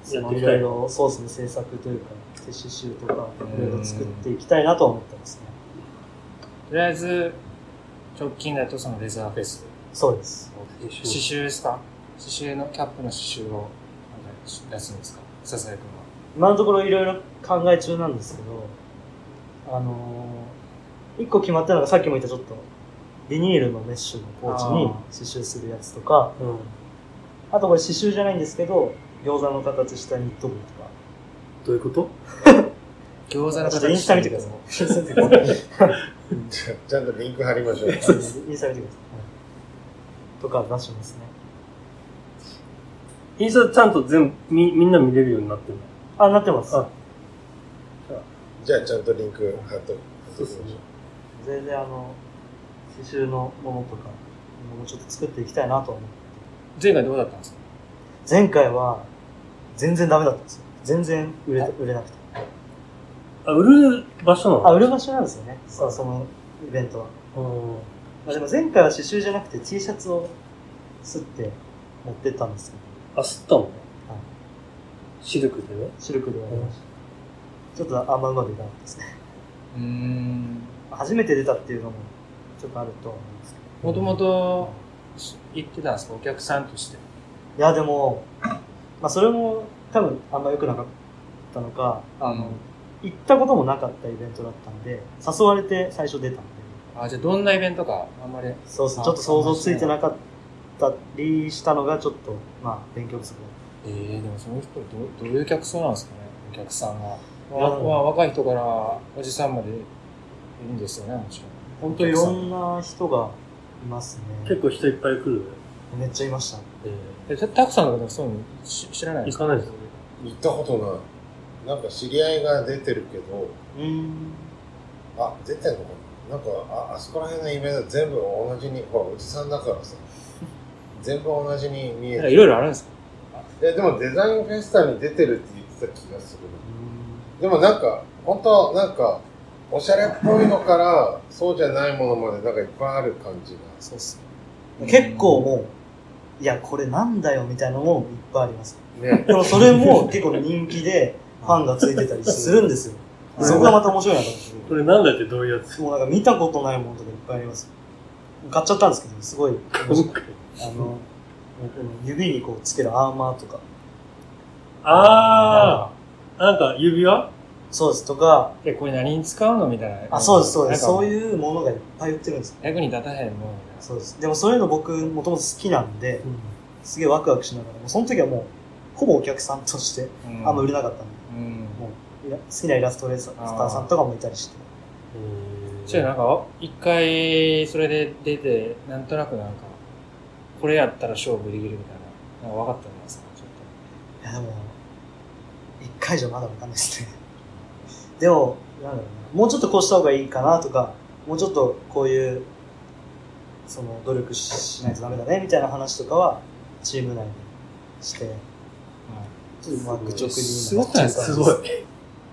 そ
やっ
の
てい
い
きた
ろ
い
いろソースの制作というか、刺繍とか
う、ん
いろいろ作っていきたいなとは思ってますね。
とりあえず、直近だとそのレザーフェス。
そうです。
ー
刺繍ですか刺繍のキャップの刺繍をなんか出すんですか笹井君
今のところいろいろ考え中なんですけど、あのー、一個決まったのがさっきも言ったちょっと、ビニールのメッシュのポーチに
あ
刺繍するやつとか、
うん。
あとこれ刺繍じゃないんですけど、餃子の形したニット帽とか、
どういうこと
は。餃子の
ちょっ
形
とインスタ見てください。
ちゃちゃんとリンク貼りましょう。
インスタ見てください。とか出してますね。
インスタちゃんと全部みみんな見れるようになってるの
あ、なってます
あ。
じゃあちゃんとリンク貼っとく。貼っときましょ
全然あの、刺繍のものとか、もうちょっと作っていきたいなと思う。
前回どうだったんですか
前回は、全然ダメだったんですよ。全然売れた売れなくて。
あ、売る場所な
あ、
の
売る場所なんですよね。そうそのイベントは。
うん
まあ、でも前回は刺繍じゃなくて T シャツをすって持ってったんですけど、
あ、吸ったのね
はい
シルクでね。
シルクでやりました。ちょっとあんまうまくいかなかったですね。
うーん。
初めて出たっていうのも、ちょっとあるとは思うんですけど。
もともと行ってたんですかお客さんとして。
いや、でも、まあ、それも多分あんま良くなかったのか、
あの、
行ったこともなかったイベントだったんで、誘われて最初出たんで、
あ、じゃあどんなイベントか、あんまり。
そうです
あ
ね。ちょっと想像ついてなかったりしたのが、ちょっと、まあ、勉強不足だっ
ええでもその人どう、どういう客層なんですかねお客さんが。
や
わわ若い人からおじさんまでいるんですよね、もちろん。本
た。いろんな人がいますね
結。構人いっぱい来るね。
めっちゃいました。
え、たたくさんの方そういうの知知らないんで
行
すか
かないです
う行ったことない。なんか知り合いが出てるけど、
うーん。
あ、出てんのかななんか、あ、あそこら辺のイベント全部同じに、ほら、おじさんだから さ、全部同じに見え
なんか
る。
いろいろあるんですか
いや、でもデザインフェスタに出てるって言ってた気がするな。
う
でもなんか、本当なんか、おしゃれっぽいのから、そうじゃないものまで、なんかいっぱいある感じが。
そうっすね。
結構もう、いや、これなんだよみたいなのもいっぱいあります。
ね。
でもそれも結構人気で、ファンがついてたりするんですよ。
うん
そこがまた面白いなと思って。
これなんだってどういうやつ
もうなんか見たことないものとかいっぱいあります。買っちゃったんですけど、すごい面白い。あの、もうこの指にこうつけるアーマーとか、
あー、なんか指輪
そうですとか、
で、これ何に使うのみたいな。
あ、そうです、そうです。そう
う。
いうものがいっぱい売ってるんですよ。
役に立たへんもん。
そうです。でもそういうの僕、もともと好きなんで、すげえワクワクしながら、もうその時はもう、ほぼお客さんとして、
うん
あんま売れなかったんで、
うん。
いや好きなイラストレーターさんとかもいたりして。
じゃあなんか、一回、それで出て、なんとなくなんか、これやったら勝負できるみたいな、なんか分かったんですかちょっ
いや、でも、一回じゃまだわかんないですね。でも、なんだろうな、もうちょっとこうした方がいいかなとか、もうちょっとこういう、その、努力ししないとダメだね、みたいな話とかは、チーム内でして、ちょっとまあ愚直に
す
今
ご
なっ
く
ち
な
ゃ
いうですか
すごい。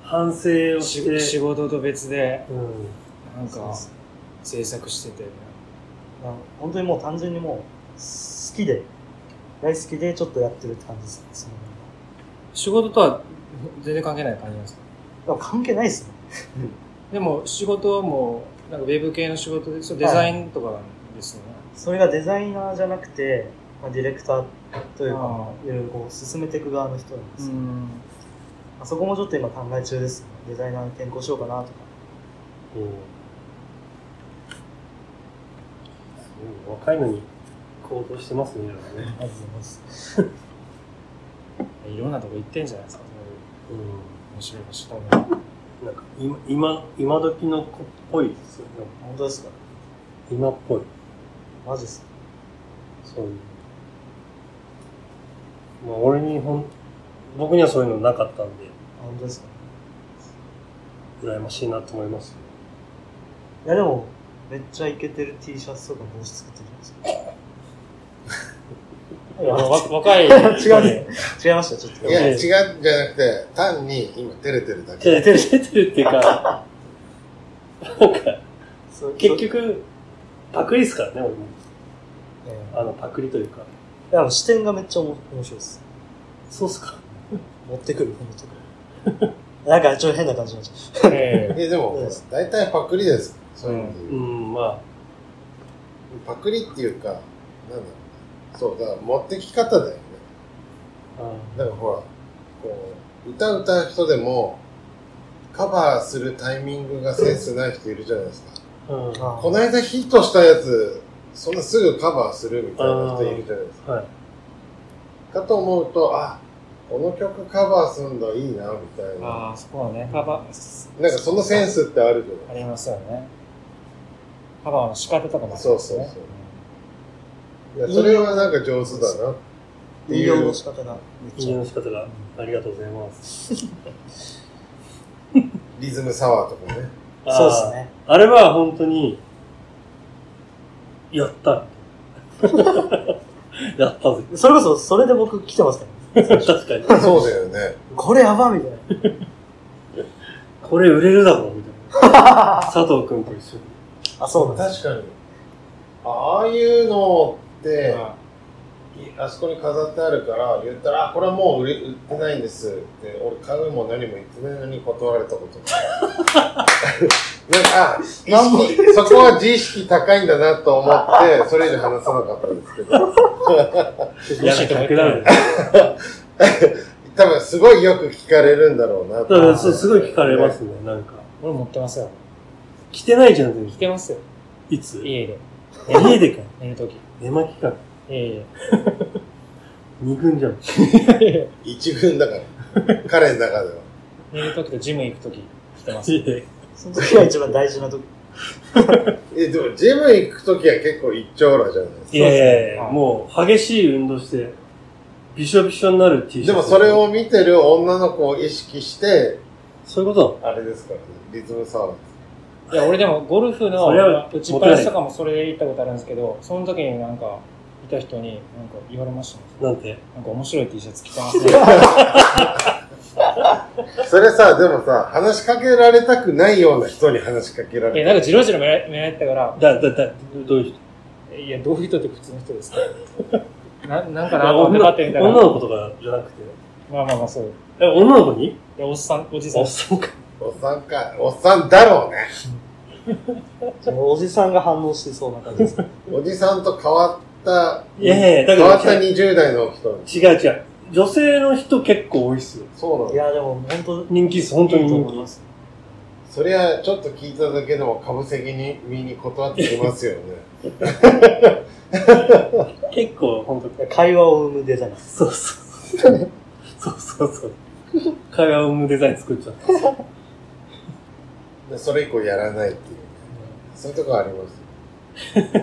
反省を
と
して、
し仕事と別で、
うん
なん
そうで
か
す、
制作してて、
まあ本当にもう単純にもう、好きで、大好きでちょっとやってるって感じですね、その
仕事とは全然関係ない感じなんですか
でも関係ないですね。
でも、仕事はもう、なんかウェブ系の仕事で、それデザインとかなんですよね。
それがデザイナーじゃなくて、まあ、ディレクターというか、
あ
いろいろこう、進めていく側の人なんで
ー
す
う
よ
ん。
あそこもちょっと今考え中です、ね。デザイナーに転校しようかなとか。
うんうん若いのに行動してますね。だからね
ありがとうございます。
いろんなとこ行ってんじゃないですか、そう
う
いう面白い場所多分。
ん、なんか今今今時の子っぽいですよね。
本当ですか
今っぽい。
マジですか
そういう。まあ俺にほん、僕にはそういうのなかったんで、
あ本当ですか
羨ましいなと思います。
いやでも、めっちゃイケてる T シャツとか帽子作ってるじゃ
あの
ない
わ若い。
です か。違うね。違いました、ちょっと。
いや、
ええ
違うんじゃなくて、単に今照れてるだ
て
け。
れてるてるっていうか、
そう
結。局、パクリですからね、俺も。
そういやいや
あの、パクリというか。
いや、視点がめっちゃおも面白いです。
そうっすか。
持ってくる、本当になんかちょっと変な感じになっちゃう。
え
いや、で
え
も
え、
大体パクリです。そういうので言う
う。ん、ま
パクリっていうか、なんだろうな。そう、だから持ってき方だよね。
あ、うん
なんかほら、こう、歌歌う人でも、カバーするタイミングがセンスない人いるじゃないですか。
うん。は
この間ヒットしたやつ、そんなすぐカバーするみたいな人いるじゃないです
い。
か。かと思うと、あ、この曲カバーすんのいいな、みたい
ー
な。
ああ、そこはね、カバー、
なんかそのセンスってあるじゃない
ありますよね。カバーの仕方とかもありますね。
そうそうそういやそれはなんか上手だなって
引
い
用の
う。
仕方がめっ
引
ち
用
ゃ
の。仕方が、ありがとうございます。
リズムサワーとかね。
そうですね。
あー。あれは本当に、やった。やったぜ。
それこそ、それで僕来てますからね。
確かに。
そうだよね。
これやばみたいな。
これ売れるだろう、みたいな。佐藤くんと一緒に。
あ、そうなんです。
確かに。ああいうのって、
ま
あそこに飾ってあるから、言ったら、あこれはもう売れ売ってないんですって、俺買うも何も言ってないのに断られた ことが。なんか、あ意
なんも
識、そこは自意識高いんだなと思って、それ以上話さなかったんですけど、
やらなくなる。
多分すごいよく聞かれるんだろうな
だか
と。
らそう、すごい聞かれますね、なんか。
あ俺持ってますよ。
着てないじゃん、全
着
然。
てますよ。
いつ
家 で。
家でか。
寝るとき。
寝巻きか。
え
二軍じゃん。
え。
一軍だから。彼の中では。
寝るときとジム行くとき着てます。
家
その時が一番大事な時。
え、でも、ジム行くときは結構一丁羅じゃないです
いやいやい
は
や、
い
もう激しい運動して、びしょびしょになる T シャ
か。
ツ。
でも、それ、を見てる女の子を意識して、
そういうこと
あれですからね、リズムサワー。
いや、俺でもゴルフ
それ
の
は
打ちっぱなしとかもそれで行ったことあるんですけど、その時になんか、いた人になんか言われましたね。
なのなんて。
なんか面白い T シャツ着てますね。
それさ、でもさ、話しかけられたくないような人に話しかけら
え、
れ
なん
た。
かじろじろ見られてたから、
だ、だ、だ、どういう人
いや、どういう人って普通の人ですか な、なんかなと思って
女
パってみたら、
女の子とかじゃなくて。
まあまあまあそう。い
え、女の子に
や、おっさん、おじさ
お
ん
っ。さんか。
おっさんか、おっさんだろうね。
おじさんが反応してそうな感じです。
おじさんと変わった、
いやいやだけ
変
ど
わった20代の人。
違う違う。女性の人結構多いっすよ。
そうなの
いや、でも本当
人気っす、本当に人気。
す。
そりゃ、ちょっと聞いただけでも、株席に、身に断ってきますよね。
結構、本当に。
会話を生むデザインです。
そう そう。そうそう そう。会話を生むデザイン作っちゃった。
でそれ以降やらないっていう。そういうとこあります。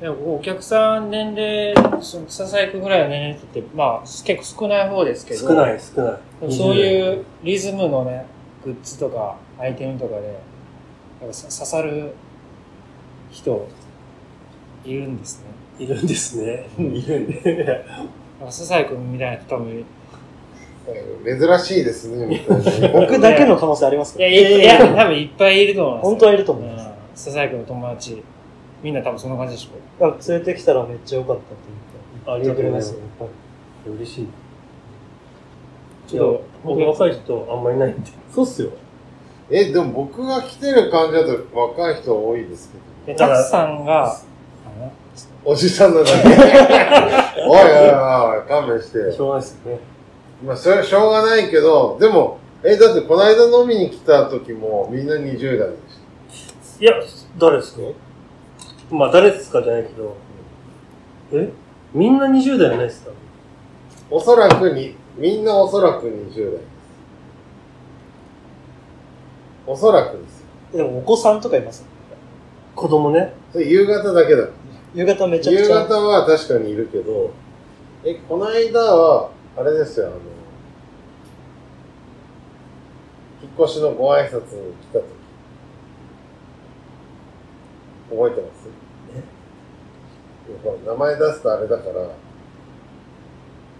でもお客さん年齢、その、笹井くんぐらいの年齢って、まあ、結構少ない方ですけど。
少ない、少な
でも
い。
そう
う。
いうリズムのね、グッズとかアイテムとかで、やっぱ刺さる人、いるんですね。
いるんですね。
うん
いるんで。
なんか笹井くんみたいな人多分いる。
珍しいですね、みたいな。
僕だけの可能性あります
い
か
や、
ら。
いいや、多分いっぱいいると思います。
本当はいると思い
うん
ます。
笹井くんの友達、みんな多分そんな感じでしょ。
だから連れてきたらめっちゃ良かったって
あ
言っ
りがとうご
て。
ざいま
言
す
って。くれま
嬉しい。
ちょっと
僕若い人あんまりいないんで。そうっすよ。
え、でも僕が来てる感じだと若い人多いですけど。
で、
た
タ
だ
クさんが、あの
おじさんのだけ。おいおいおい、勘弁してよ
し。ょうがないっすよね。
まあ、それはしょうがないけど、でも、え、だってこの間飲みに来た時もみんな20代でし
いや、誰ですかまあ、誰ですかじゃないけど。えみんな20代じゃないですか
た。おそらくに、みんなおそらく20代です。おそらくですよ。
すでもお子さんとかいます。
子供ね。
それ夕方だけだ。
夕方めちゃく
夕
ちゃ。
方は確かにいるけど、え、この間は、あれですよ、あの、引っ越しのご挨拶に来た時。覚えてますいやこれ名前出すとあれだから、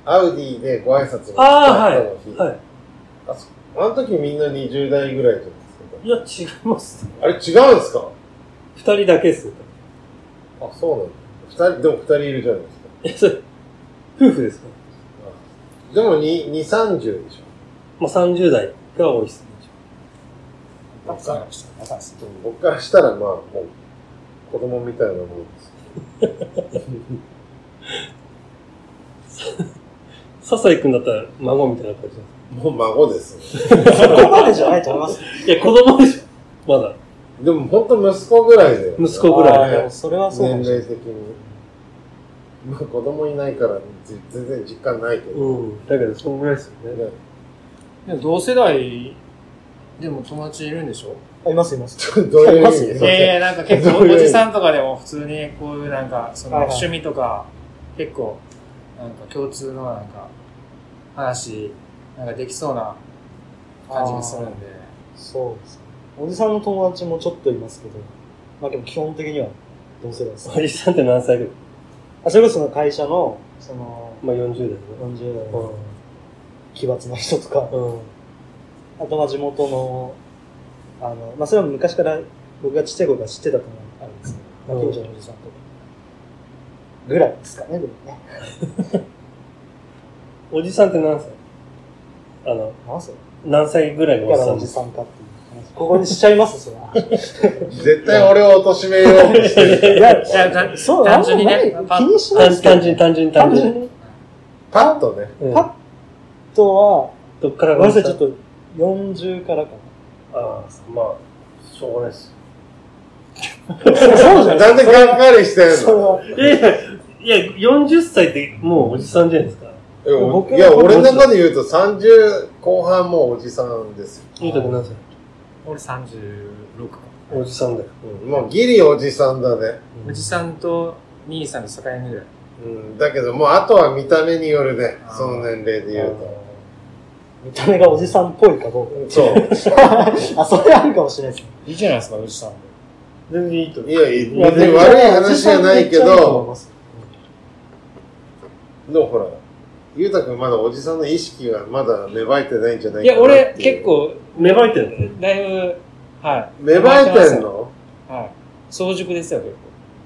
アウディでご挨拶に来
あ
た
あ、
人の日。
はい。は
あそあの時みんな20代ぐらいじゃないで
い。い
すか。
や、違います。
あれ違うんですか
二人だけっすよ。
あ、そうなんだ。二人、でも二人いるじゃないですか。
え、それ、夫婦ですか
でも2、2、30でしょ。
まあ、30代が多いっすね。
タクさんがしてくださいどうぞ
僕からしたら、まあ、もう、子供みたいなもんです。
笹井くんだったら孫みたいな感じなんで
もう孫です、
そこまでじゃないと思います。
すかいや、子供でしょ。まだ。
でも、本当息子ぐらいで。
息子ぐらい
あーでもそれはそう
年
かもしれ
齢
ない。
的に。まあ、子供いないから、ぜ全然実感ないけど。
うん。だけど、そのぐらいっすよね。
ね
でも同世代でも友達いるんでしょ
あいますいます。
ちょどういう意味
い
いやいや、なんか結構、
どういう
おじさんとかでも普通にこういうなんか、その
はいはい
趣味とか、結構、なんか共通のなんか、話、なんかできそうな感じがするんで。
そうですね。おじさんの友達もちょっといますけど、まあでも基本的には同世代です。
おじさんって何歳ぐらい
あ、それこそその会社の、その、
まあ、40代だね。
40代の奇抜な人とか、
うん。
あとは地元の、あの、まあ、それは昔から僕がちっちゃい頃から知ってたと思うあるんですけど、まあ、近所のおじさんとか。ぐらいですかね、でもね。
おじさんって何歳あの、
何歳
何歳ぐらい
だ
の
か
お
らお
じ
じ
さん
さんかっていう話。ここにしちゃいます、それは。
絶対俺を貶めようとしてる。
いや
いや だ
そう、
単純にね
あんま
パ
ない気にしない
単
です
純
けど
単純単純単純。
単純に
パッとね。
うん
パあとは、
どっから
ごめんなさい、ちょっと40からか
ああ、まあ、しょうがないです。
な。そうじゃない
なんでがっかりしてん
それ
の
は。
いやいや、いや、40歳ってもうおじさんじゃないですか。
いや
僕
お
の
いや、俺の中で言うと30後半もおじさんですよ。
ゆうたくん何歳
俺36か。
おじさんだよ。
うん、もうギリおじさんだね。
おじさんと兄さんの境目ぐらい。
うん、だけど、もうあとは見た目によるね
あ。ー
その年齢で言うと。
見た目がおじさんっぽいかどうか。
そう。
あ、それあるかもしれないですね。
いいじゃないですか、おじさんも。
全然いいと思
いや、い
いや
や別に悪い話じゃないけ
めっちゃいいと思い
ど、
ます
でもほら、ゆうたくんまだおじさんの意識がまだ芽生えてないんじゃない
い
かな
や、
ってう
俺、結。構、
芽生えてる
だいぶ、はい。
芽生えてんの
はい。早熟ですよ、結構。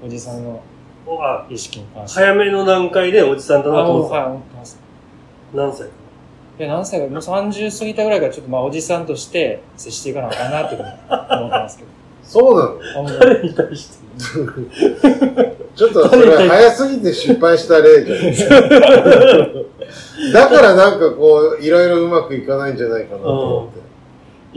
おじさんの
のあ
意識に関して。
早めの段階でおじさんだな
あ、
と思
も
っ
う、
て
はい、
た。
思ってます。
何歳
いや、何歳か、もう30過ぎたぐらいから、ちょっとまあ、おじさんとして接していかなあかんなっていうふうに思ってますけど。
そうなの
あもう
誰に対して
ちょっとそれ早すぎて失敗した例じゃん。だからなんかこう、いろいろうまくいかないんじゃないかなと思って。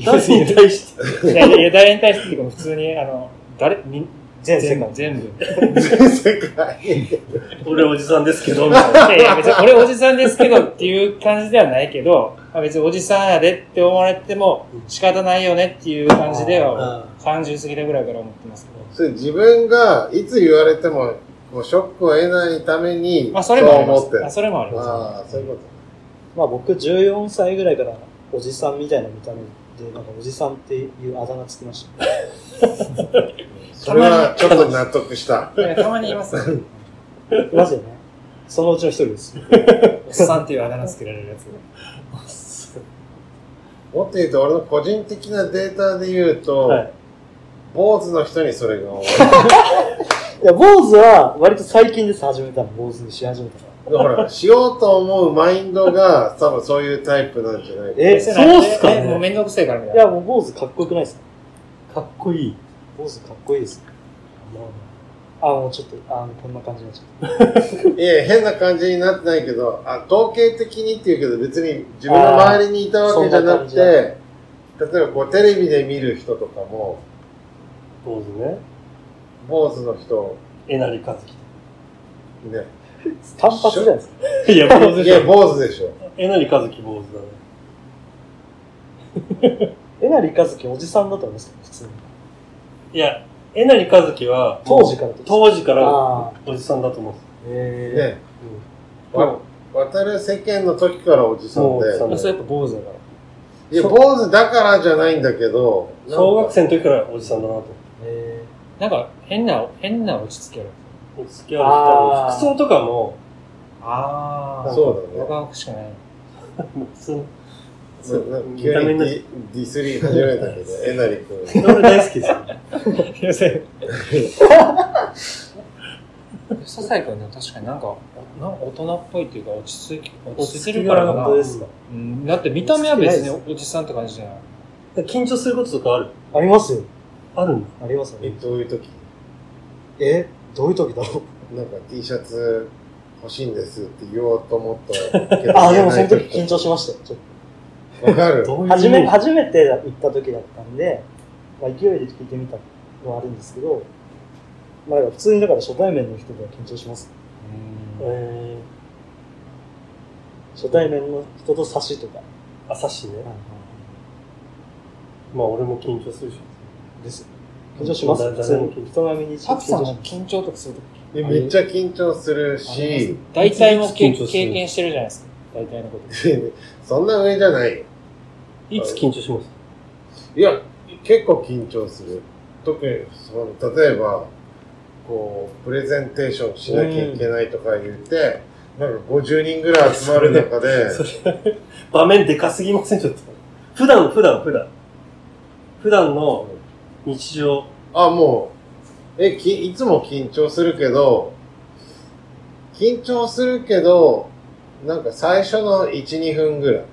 誰に対して
いやいやいや、誰に対してっていうか、普通に、あの、誰、み
全世
全
界
部、。全部。
全世界。
俺おじさんですけど、みたい
い
な。
やいや、別に俺おじさんですけどっていう感じではないけど、まあ別におじさんやでって思われても仕方ないよねっていう感じで
あ
は、30過ぎたぐらいから思ってますけど。
それ自分がいつ言われても、もうショックを得ないために、
まあそれもありま
そう思って
す。あそれもあり
る。あ
ま
あ、そういうこ
まあ僕14歳ぐらいからおじさんみたいな見た目で、なんかおじさんっていうあだ名つきま した。
と。それはちょっと納得した。
す。いやたまにいますよね。
いますよね。そのうちの一人です。
おっさんっていうあだ名つけられるやつ。
もっと言うと、俺の個人的なデータで言うと、
はい
坊主の人にそれが多い。
いや、坊主は割と最近です、始めたの。坊主にし始めたの。
だから、しようと思うマインドが、多分そういうタイプなんじゃないかな。
えそうっすかね
えもうめんどくせえからみた
い
いな。
や、もう坊主かっこよくないですかかっこいい。坊主かっこいいですね。あ、もうちょっと、あの、こんな感じになっちゃった。
いや、変な感じになってないけど、あ、統計的にっていうけど、別に自分の周りにいたわけじゃなくて、
あーそんな
例えばこう、テレビで見る人とかも、
坊主ね。
坊主の人、
えなりかず
ね。
単発じゃないですか。
き。いや、坊主
い
じゃ
や、
ん。
坊主でしょ。
えなりかずき坊主だね。
えなりかずきおじさんだと思いますけど、普通に。
いや、えなりかずきは、
当時からってこと
当時から
ああ。
おじさんだと思うんです。
え
ね。わ渡る世間の時からおじさんで
そう。
あそれやっぱ坊主だから。
いや、坊主だからじゃないんだけど、なんか
小学生の時からおじさんだなと。
え。え
なんか変な、変な落ち着きある。
付き合う多分服装とかも、
あ
ーそうだね
若々しくない。
普通の
ななんか
見
急
た目
に
にな
デ
っ
ィディスり始めたけど、えなりくん。
俺大好きですよ。
いや、せ。ささやかにね、確かになんか、なんか大人っぽいっていうか、落ち着き、落ち着いてるからか
本
な。
当ですか。
うん、だって見た目は別におじさんって感じじゃない。
緊張することとかある
ありますよ。
あるんだ。
ありますよ
え、
ね。
どういう時
え、どういう時だろう。
なんか T シャツ欲しいんですって言おうと思ったけど
あ、でもその時緊張しましたよ。ちょっ
わか る。
どう
と
いう
初め、初めて行った時だったんで、まあ、勢いで聞いてみたのはあるんですけど、まあ、普通にだから初対面の人では緊張します。
え
初対面の人と差しとか。
ー、朝しね。まあ俺も緊張するし。
ですよ緊張しますよ普通に人並みに
サクさん
し
が
ます
緊張とかすると
えめっちゃ緊張するし、
大体もけ
緊張す
経
る
験してるじゃないですか。大体のこと。
そんな上じゃないよ。
いつ緊張します
いや、結構緊張する。特に、その、例えば、こう、プレゼンテーションしなきゃいけないとか言って、なんか50人ぐらい集まる中 で、
それ、場面でかすぎませんちょっと。普段、普段、普段。普段の日常。
あ、もう、え、き、いつも緊張するけど、緊張するけど、なんか最初の1、2分ぐらい。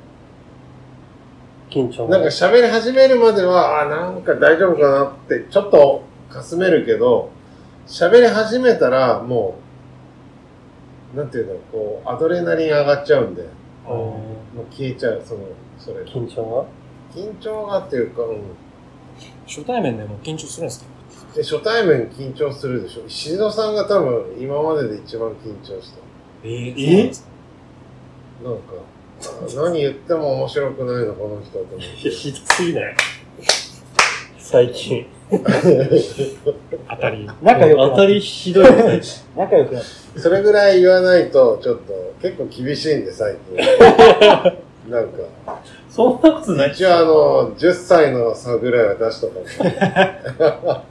緊張
なんか喋り始めるまでは、あ、なんか大丈夫かなって、ちょっとかすめるけど、喋り始めたら、もう、なんていうの、こう、アドレナリン上がっちゃうんで、
えー
もう消えちゃう、その、それ。
緊張
緊張がっていうか、うん。
初対面でも緊張するんですか
で、初対面緊張するでしょ。石戸さんが多分、今までで一番緊張した。
え
え
ー
なんか、あ何言っても面白くないの、この人と思っ
がい
て
や、ひどすぎない最近。
当たり。
仲良く
当
な
た
って
りひどいね。最近
仲良くなって
それぐらい言わないと、ちょっと、結構厳しいんで、最近。なんか、
そんなことない。
一応あの、10歳の差ぐらいは出しとかも。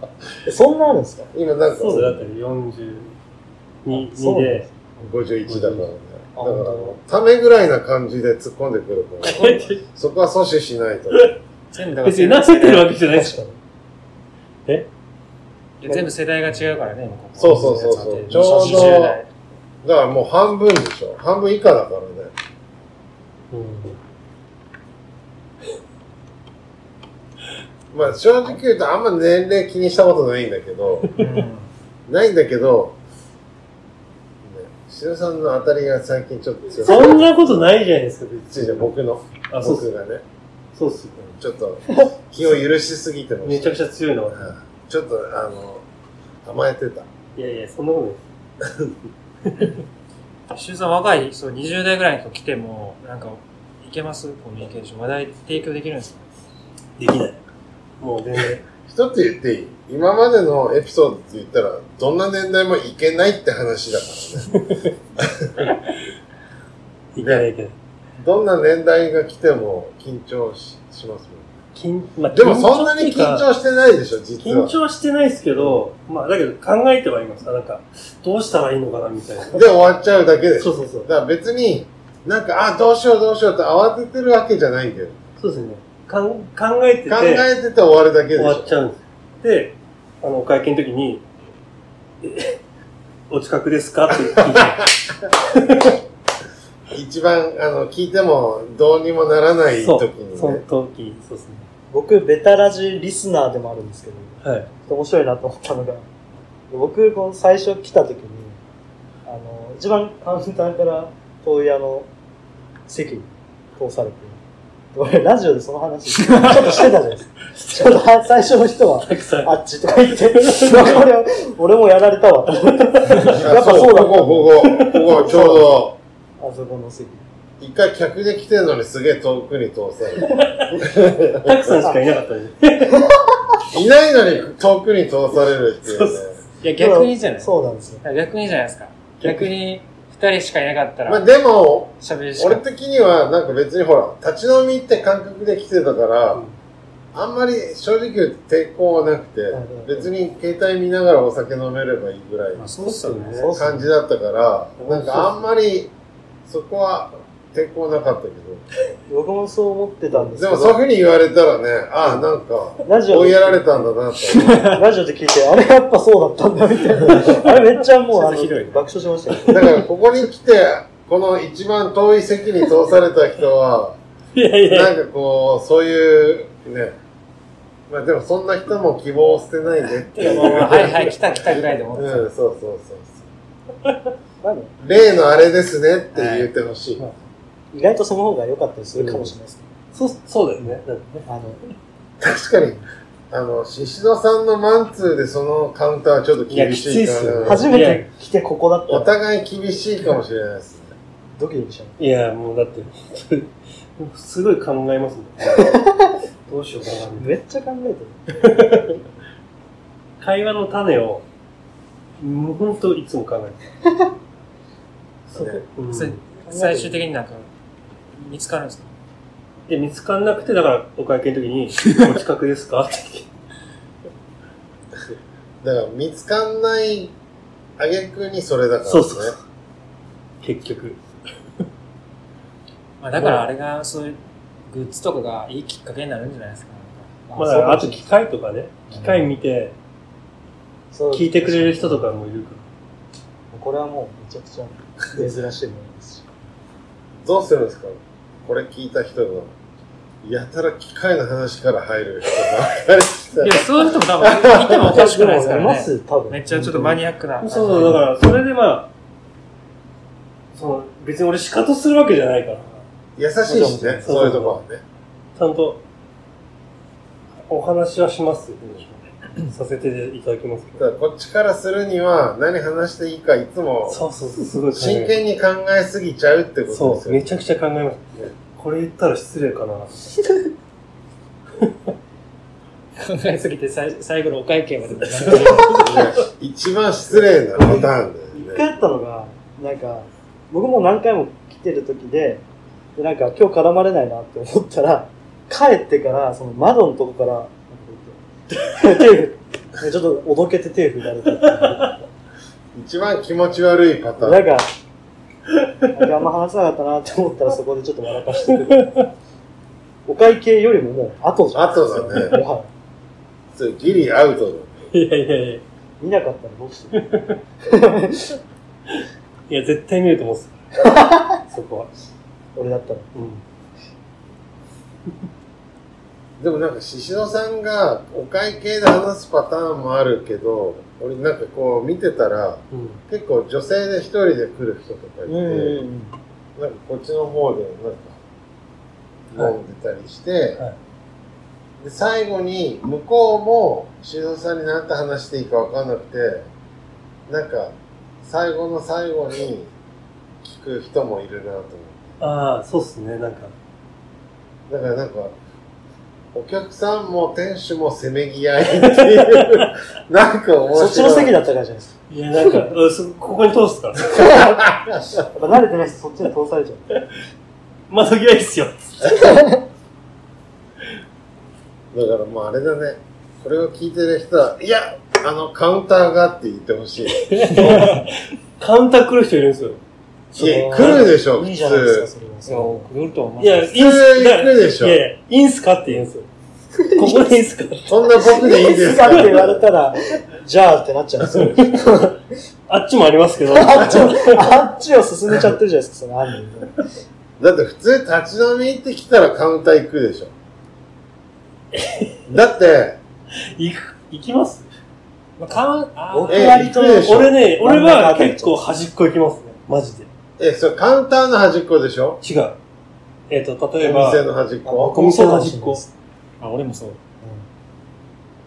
えそんなあるんですか
今なんか、
そうだよ、だったら42
あそうなんで
で、
51だからね。だから、ためぐらいな感じで突っ込んでく るから、そこは阻止しないと。
全部だから
別
世
にな
代
せてるわけじゃないですから。
いや全部世代が違うからね、今ここ
そうそうそうそう
ちょうど
ちょうどだからもう半分でしょ。半分以下だからね。まあ正直言うとあんま年齢気にしたことないんだけど、ないんだけど、ね、しずさんの当たりが最近ちょっと強く
そんなことないじゃないですか、別
ちじゃ
に。
僕の、
あ、そうっす。
僕がね、
そうっす。
ちょっと気を許しすぎてま
め
し
ちゃ
た。
くちゃ強いのは。
うんちょっとあの、甘えてた。
いやいや、そんなことないです。
周さん若い、そう、20代ぐらいの人来ても、なんか、いけますコミュニケーション。話題提供できるんですか
できない。もう全然。
一つ言っていい今までのエピソードって言ったら、どんな年代もいけないって話だからね。
いかないけど。
どんな年代が来ても緊張ししますも
緊まあ
ん。でもそんなに緊張してないでしょ、実
緊
は。
張してないですけど、まあだけど考えてはいます。なんか、どうしたらいいのかなみたいな。
で終わっちゃうだけでし
そ
ょ。
うそうそう。
だから別に、なんか、あ、どうしようどうしようって慌ててるわけじゃないけど。
そうですね。かん考えてて、
考えてて終わるだけでし
終わっ
ょ。
ちゃうんです。で、あの、お会計の時に、え お近くですかって聞いて、
一番、あの、聞いてもどうにもならない
そ
時
う、
に
その
ね。
時、そうですね。
僕、ベタラジリスナーでもあるんですけど、
はい。
面白いなと思ったのが、僕、この最初来た時に、あの、一番カウンターから遠いあの、席に通されて、俺、ラジオでその話、ちょっとしてたじゃないですか。ちょっとは最初の人は、
たくさん。
あっちとか言って、これ、俺もやられたわ。やっぱそうだ
ここ、ここ、ここ、ちょうど、
あそこの席。
一回客で来てるのにすげえ遠くに通せる。
たくさんしかいなかったんで。
いないのに遠くに通されるっていうね。
いや、逆にじゃない
そうなんですよ。
逆にじゃないですか。逆に、二人しかいなかった
まあ
ら、
でも、
喋るしか
俺的にはなんか別にほら、立ち飲みって感覚で来てたから、あんまり正直言うと抵抗はなくて
んうんうん、
別に携帯見ながらお酒飲めればいいぐらい
まあ、そうっすよね。
そうっすね
感じだったから、なんかあんまりそこは抵抗なかったけど、
僕もそう思ってたんです
で
け
もそういうふ
ど、
うに言われたらね、ああ、なんか、
ラジオ
追い
で、
やられたんだなって思
ラジオで聞いて、あれやっぱそうだったんだみたいな。あれめっちゃもう、あの、
ちょっとひどいね
爆笑しましたよ。
う。だからここに来て、この一番遠い席に通された人は、
いやいや、
なんかこう、そういう、ね、まあでもそんな人も希望を捨てないでって
い
い
や
う。
もうはいはい、来た来たぐらいで思って
うん
た。、
そうそうそう
なんで
そう。例のあれですねって言ってほしい。
意外とその方が良かったりするかもしれないですけ
そう、そうだよね。だってね
ど、あの、
確かに、あの、ししのさんのマンツーでそのカウンターはちょっと厳しい
い
か
やきついっすよ
ら。
初めて来てここだ
お
ったら、
互い厳しいかもしれないですね。
ドキドキしちゃう。
いや、もうだって、すごい考えますね。どうしようかなみたい
めっちゃ考えてる。
な。会話の種を、もうほんといつも考えてる。
そうね
うん
そう最終的になんか、見つかるんですか
で、見つかんなくて、だから、お会計の時 に、お近くですかって聞い
だから見つかんない挙句にそれだからね。
そうそうそうて結局。
まあ、だからあれが、そういう、グッズとかがいいきっかけになるんじゃないですか。
まあ、あと機械とかね、機械見て、
そう
聞いてくれる人とかもいるか
これはもうめちゃくちゃ珍しいものですし。
どうするんですかこれ聞いた人が、やたら機械の話から入る人
い
が。
や、そういう人も多分、いてもおかしくないですから
いま
ね。
す、多分。
めっちゃちょっとマニアックな。
ら。そうそう、だから、それでまあ、その、別に俺仕方するわけじゃないから、
優しいしね、
そうそうそう
そういうとこはね。
ちゃんと、お話はしますよ、させていただきますけ
た
ど。
だこっちからするには、何話していいかいつも、
そうそうそう、すごい考え
真剣に考えすぎちゃうってこと
そ
です
う、
よ
め。ちゃくちゃ考えます。これ言ったら失礼かな。
考えすぎて最最後のお会計まで。
いや一番失礼なパターン
一
だよ
回
ね。
やったのが、なんか、僕も何回も来てる時で、でなんか今日絡まれないなって思ったら、帰ってから、その窓のとこから、なんかこうやって手振ってちょっとおどけて手振られて、
一番気持ち悪いパターン。
なんか、なんかあんま話さなかったなって思ったらそこでちょっと笑かしてくる。 お会計よりももう後じゃん。
後だね。
は
それギリアウトだね。
いやいやいや。
い見なかったらどうしてる
いや、絶対見ると思うん ですよそこは。
俺だったら。
うん。
でもなんか、ししのさんがお会計で話すパターンもあるけど、俺なんかこう見てたら、
うん。
結構女性で一人で来る人とかいて、
うんうん
なんかこっちの方でなんか飲んでたりして、
はい
で最後に向こうも修造さんに何て話していいか分かんなくてなんか最後の最後に聞く人もいるなと思
ああ、そうっすね、なんか。
うだからなんかお客さんも店主もせめぎ合いっていう なんか
うん。そ
面白い
っちの席だったからじゃないですか。
いや、なんか、うんそここに通すから。
やっぱ慣れてない人そっちに通されちゃう。
窓際いいっすよ。
だからもうあれだねこれを聞いてる人は「いやあのカウンターが」って言ってほしい
カウンター来る人いるんですよ。
いや、来るでしょ、
いい
普
じゃないです
通。
か、それは。
そう、来ると思う。
いや、いい
普通行くでしょ
いやいや、いいんすかって言うんですよ。ここでいいんすか
こんな僕でいいです
か
か
って言われたら、じゃあってなっちゃうんですよ。
あっちもありますけど。
あっちを、あっちを進めちゃってるじゃないですか、その案に。
だって普通立ち飲み行ってきたらカウンター行くでしょ。だって、
行く、行きます
まあ、かわあー
僕
え
割と
行くでしょ
俺ね、
真
俺
ん中あ
は
たり
結構端っこ行きますね。マジで。
え、それカウンターの端っこでしょ
違う。えっ、と、
お
例えば、
店の端っこ。
お店の端っこ。
あ、俺もそう。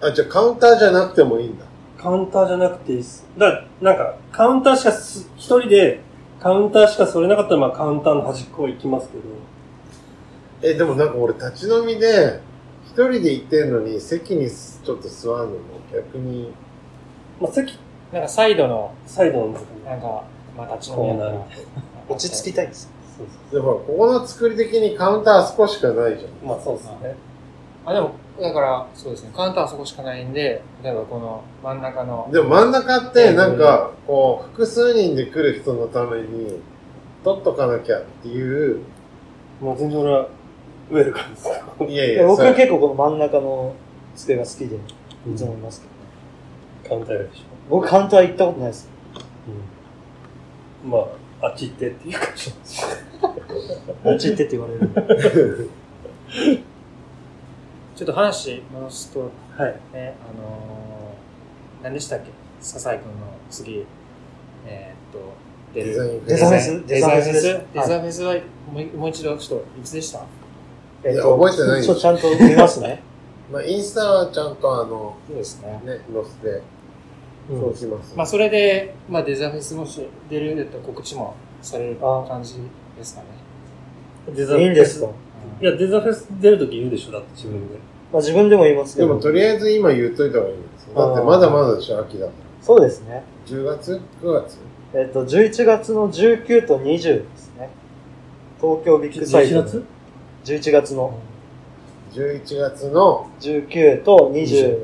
あ、じゃあカウンターじゃなくてもいいんだ。
カウンターじゃなくていいっす。だ、なんか、カウンターしかす、一人で、カウンターしかそれなかったら、まあ、カウンターの端っこ行きますけど。
え、でもなんか俺立ち飲みで、一人で行ってんのに席にちょっと座るのも逆に、
まあ、席、
なんかサイドの、
サイドのとこに。
なんか、まあ、立ち飲みやから
コーナーみ
落ち着きたいんですよ。
そうそ
で、ほら、ここの作り的にカウンターあそこしかないじゃん。
うまあ、そうですね。
あ、でも、だから、そうですね。カウンターはそこしかないんで、例えばこの真ん中の。
でも真ん中ってなんかこう複数人で来る人のために取っとかなきゃっていう
もう全然俺は、ウェルカムです。
いやい
いや
や
僕
そ
は
れ
結構この真ん中の机が好きで、いつもいますけ
カ
ど。
ウンターよりでしょ。
僕カウンター行ったことないです。
うん。まあ、あっち行ってっていう感じなんですよ
落ち行ってって言われる。
ちょっと話戻すと、
はい。
ね、あのー、何でしたっけ笹井君の次、えーっと、出
デザイ
る。
ン
デザフェス
デザフェ
デ
スデ
ザ
ザ
フェス
フェスはもうもう一度、ちょっと、いつでした
え
いや覚えてないよ
そう、ちゃんと見ま すね。
まあインスタはちゃんとあの
そうですね。
ね載せてそうします、
まあ、それで、まあ、デザフェスもし出ると告知もされる
あ
感じですかね。
デ
いいんですか
いや、デザフェス出るとき言うでしょ、だって自分で。
まあ自分でも言いますけ
でも
ど。
とりあえず今言っといた方がいいんですよだって
あー
まだまだでしょ秋だから
そうですね。
10月9月
えっと、11月の19と20ですね。東京ビッグサイト。
11月
?11 月の
11月の
19と20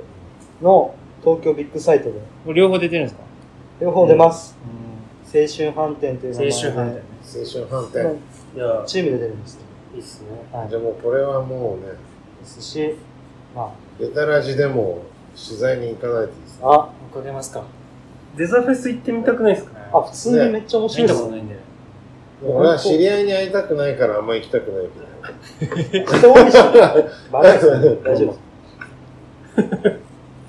の東京ビッグサイトで、
もう両方出てるんですか
両方出ます。青春飯店という名前で。
青春飯店
青春飯
ま
い
店
や
あ。、チームで出るんです。
いいっすね。
はい。
じゃ
で
あもうこれはもうね
すし、ま
デタラジでも取材に行かないとですね
あ、あ、
僕は出ますか。
デザフェス行ってみたくないですか
あ、普通にめっちゃ面白
見
い
た
で
こ
す
と。ないんで。
俺は知り合いに会いたくないからあんま行きたくないけど
人多いし、 バカですね大丈夫です。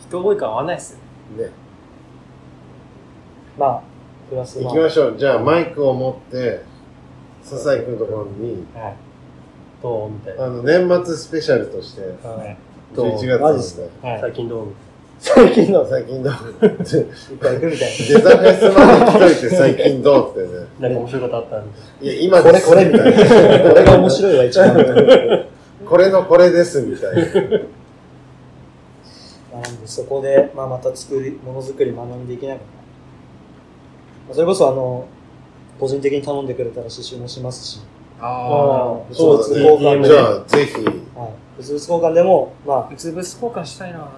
人多いから合わないっすよ。
ね
まあ、プラス
行
ま
きましょう。じゃあ、マイクを持って、笹井くんのところに、
はい。
どうみたいな。
あの、年末スペシャルとして、
はい。
どう
11月
マジ
で
っ
す
す
ね。
はい。
最近どうみ
最近どう最近どう
あ、いっぱい行くみたい
デザフェスまで来といて最近どうってね。
たいな。なんか面白いことあったんで。
いや、今
な。こ
で
れ
す
これみたいな。これが面
い。
白いわ、一番。
これのこれですみたいな。
なんで、そこで、まあ、また作り、ものづくり学んでいきながら。まあそれこそ、あの、個人的に頼んでくれたら刺繍もしますし、
ああ。
そうです
だ
交換
ね。
で
じゃあ、ぜひ、
はい。物々交換でも、ま
うつぶす交換したいな、なんか。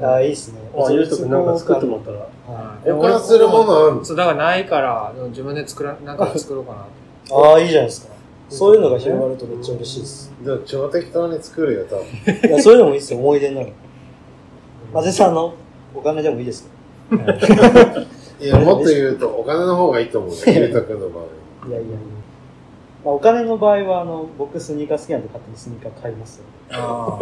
あ、ああ、いいっすね。
あ、ゆうとくんなんか作ってもらったら。
は
保管するものあるんです
そう、だからないから、でも自分で作ら、なんか作ろうかなと。
いああ、いいじゃないですか。そういうのが広がるとめっちゃ嬉しいです。
でも超適当に作るよ、多分。
いや、そういうのもいいっすよ。思い出になる。まぜさんのお金でもいいですか
いや、もっと言うと、お金の方がいいと思うね、ゆうたくんの場合。
いやいやいや。まあ、お金の場合は、あの、僕スニーカー好きなんで勝手にスニーカー買いますよ。
あ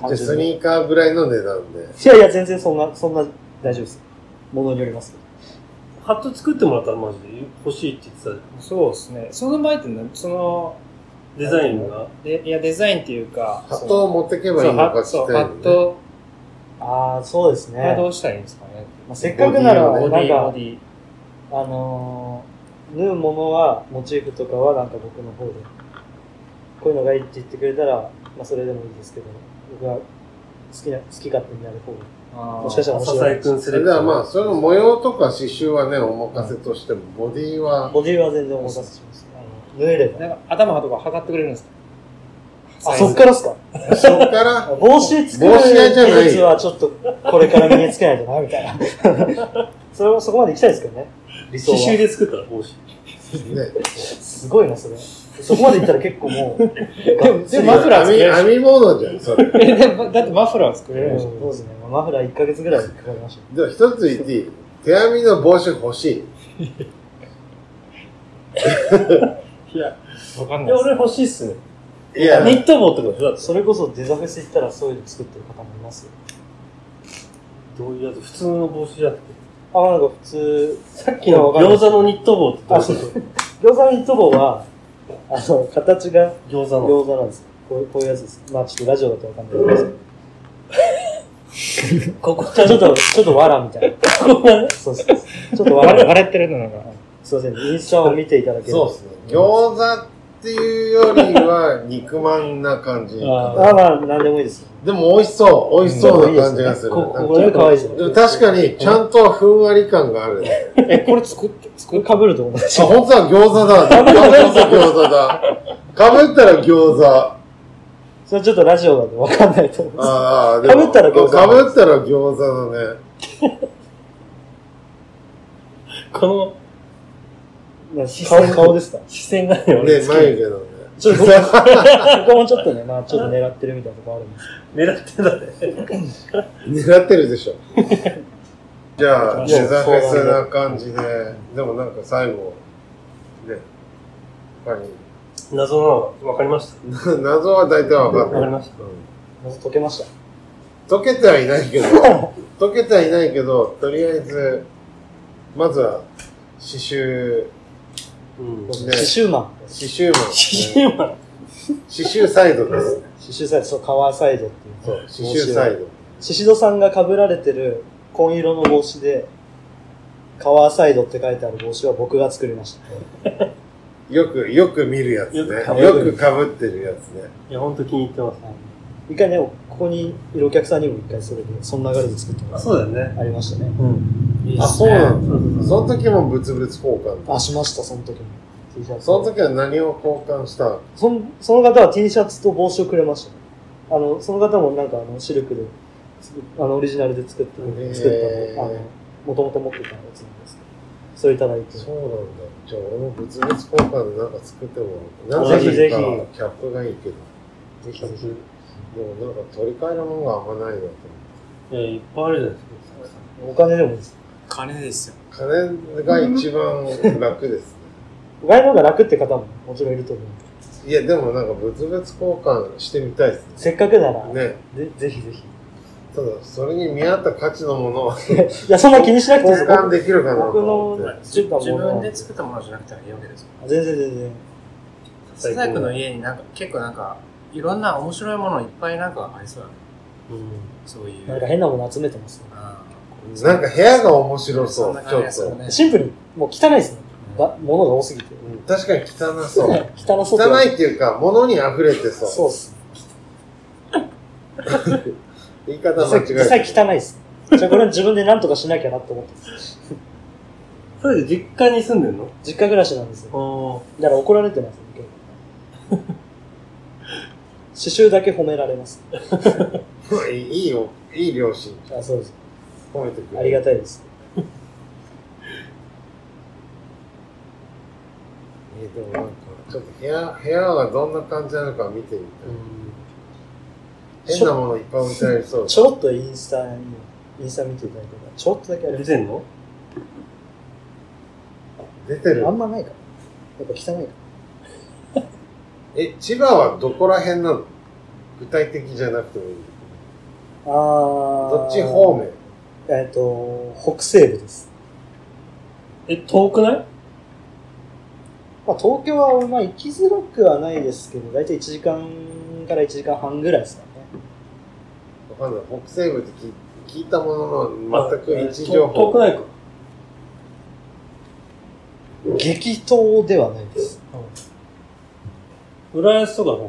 じゃあスニーカーぐらいの値段で。
いやいや、全然そんな、そんな、大丈夫です。ものによりますけど。
ハット作ってもらったらマジで欲しいって言ってたじゃん
あ、そうですね。その前ってな、その、
デザインが。
でいや、デザインっていうか、
ハットを持ってけ
そ
ばいい
の
の
ハ
か
ッ
し
そう、
た
ハ
い
ッ
ね。
ト
ああ、そうです
は
ね。
どうしたらいいんですかね。
まあ、せっかくなら、
ボ
な
ボ
ん
ディ、ボ
か
デ、ィ。
あのー、縫うものは、モチーフとかはなんか僕の方で、こういうのがいいって言ってくれたら、まあそれでもいいですけど、僕は好きな、好き勝手にやる方が。
も
もしかしたら面
笹
白
井
い
くん
そ
セレ
れ
ク
では
ト。
まあ、それの模様とか刺繍はね、お任せとしても、ボディは、
ボディは全然お任せします。あの縫えれば。
なんか頭とか測ってくれるんですか
あ、そっ からっすか
そっから、
帽子作る
帽子屋じゃない
技術はちょっとこれから身につけないとな、みたいな。 それもそこまで行きたいですけどね。理想
刺繍
は。
で作ったら帽子。
ね、
すごいな、それ。そこまで行ったら結構も う、
でも、でもマフラー作
編み、
れるん
編み物じゃん、それ。
ですかだってマフラー作れるんでしょ
そうですね。まあマフラー1ヶ月ぐらいかかりました
でも一つ言っていい手編みの帽子欲しい。
いや、
わかんないです
俺欲しいっすね。
いや、
ニット帽ってことでしょだって
それこそデザフェス行ったらそういうの作ってる方もいますよ。
どういうやつ普通の帽子じゃなくて。
あ、なんか普通、
さっきの餃子のニット帽ってどうする
餃子のニット帽は、あの、形が
餃子の。
餃子なんですよ。こういうこういうやつです。まあちょっとラジオだとわかんない ですけど。ここ、じゃあちょっと、ちょっとわらみたいな。そうそうそう。ちょっとわら。
笑ってるのなんか。
すいません。インスタを見ていただける
そう
と。
ですね。餃子っていうよりは、 肉まんな感じ。
あ
あ、まあ、なんでもいいです。
でも美味しそう、美味しそうな感じがする。
こ
なん
こ
か
これ可愛いじゃん。
でも確かに、ちゃんとふんわり感がある。あ、
え、これ作って、作
こ
っ
れ被ると思う。
本当だ、餃子だ。餃子だ、餃子だ。被ったら餃子。あ
それちょっとラジオだとわかんないと思うんです。
あ、でも
被ったら
被
餃子
ったら餃子だね。
この
なんか顔顔ですか
視線がね、俺
ね、
好き。
眉毛だね。
ちょっと僕こもちょっとね、まあちょっと狙ってるみたいなとこあるんです
狙ってたね。
狙ってるでしょ。 じゃあ、
いや
デザフェスな感じで。でもなんか最後、ね、他に。
謎なの分かりました。
謎は大体わかっ
わか
た
り。ました。
謎解けました。
溶けてはいないけど、 溶けてはいないけど、とりあえず、まずは、刺繍、
うん。
ね
刺繍マン。
刺繍も、
シーマン。
刺繍サイドです。
刺繍サイド、そう、革サイドっていう。
そう、刺繍サイド。
シシドさんが被られてる紺色の帽子で、カワーサイドって書いてある帽子は僕が作りました。
よく、よく見るやつね。
よく被
よく被ってるやつね。
いや、ほんと気に入ってます。
一回ね、ここにいるお客さんにも一回それで、その流れで作ってもらった
そうだよね。
ありましたね。
うん。
あ、そうなん
そうそう
だ。
そう
その時も物々交換。
あ、しました、その時も。T シャツ。
その時は何を交換した
そのその方は T シャツと帽子をくれましたね。あの、その方もなんかあの、シルクで、あの、オリジナルで作ってくれ
へー
て、作ったの、あの、もともと持ってたやつなんですけど、それいただいて。
そうなんだ。じゃあ俺も物々交換でなんか作ってもらおう
あ
なぜ
ぜひ
ひか
ぜ
キャップがいいけど。
ぜひぜひ。
でもなんか取り替えるものがあんまないなと思って。
いや、いっぱいあるじゃないですか。
お金でもいいです。
金ですよ。
金が一番楽ですね。
お金の方が楽って方ももちろんいると思うんで。
いや、でもなんか物々交換してみたいです
せっかくなら、
ね。ね。
ぜぜひぜひ。
ただ、それに見合った価値のものを
いや、そんな気にしなくていい
交
です
換
僕
できるかな
僕
と思
の
って。
作った
自
もの
分
は。
で作ったものじゃなくてはいいわけですよ。
全然全然。
サザ君の家になんか、結構なんか、いろんな面白いものいっぱいなんかありそうだね。
うん。
そういう。
なんか変なもの集めてますね。
あ
なんか部屋が面白そ
そん
う
な、
ちょ
感
っ
じがす
と。
るね。
シンプルに、もう汚いですね。ば、物が多すぎて。
うん確かに汚そう。
汚そう。
汚いっていうか、物に溢れてそう。
そうっす。
言い方間違
実際
え
実際汚いっす。じゃあこれ自分で何とかしなきゃなと思ってます。
それで実家に住んでんの
実家暮らしなんですよ。
あ
だから怒られてます、僕刺繍だけ褒められます。
た。いいよ。いい両親、
あそうです。
褒めてくれる。
ありがたいです。
えーでもなんか、ちょっと部屋、部屋がどんな感じなのか見てみたい。変なものいっぱい置いてありそう。
ちょろっとインスタに、インスタ見ていただければ、ちょろっとだけありま
出
す。
てんの
出てる
あ。んまないか。やっぱ汚いか。
え、千葉はどこら辺なの具体的じゃなくてもいい。
あー
どっち方面
えっ、と、北西部です。
え、遠くない
まあ、東京は、まあ、行きづらくはないですけど、だいたい1時間から1時間半ぐらいですかね。
わかんない。北西部って聞い聞いたものの、全く位置情
あ遠遠く
報。
ないか。
激闘ではないです。
浦安とかの方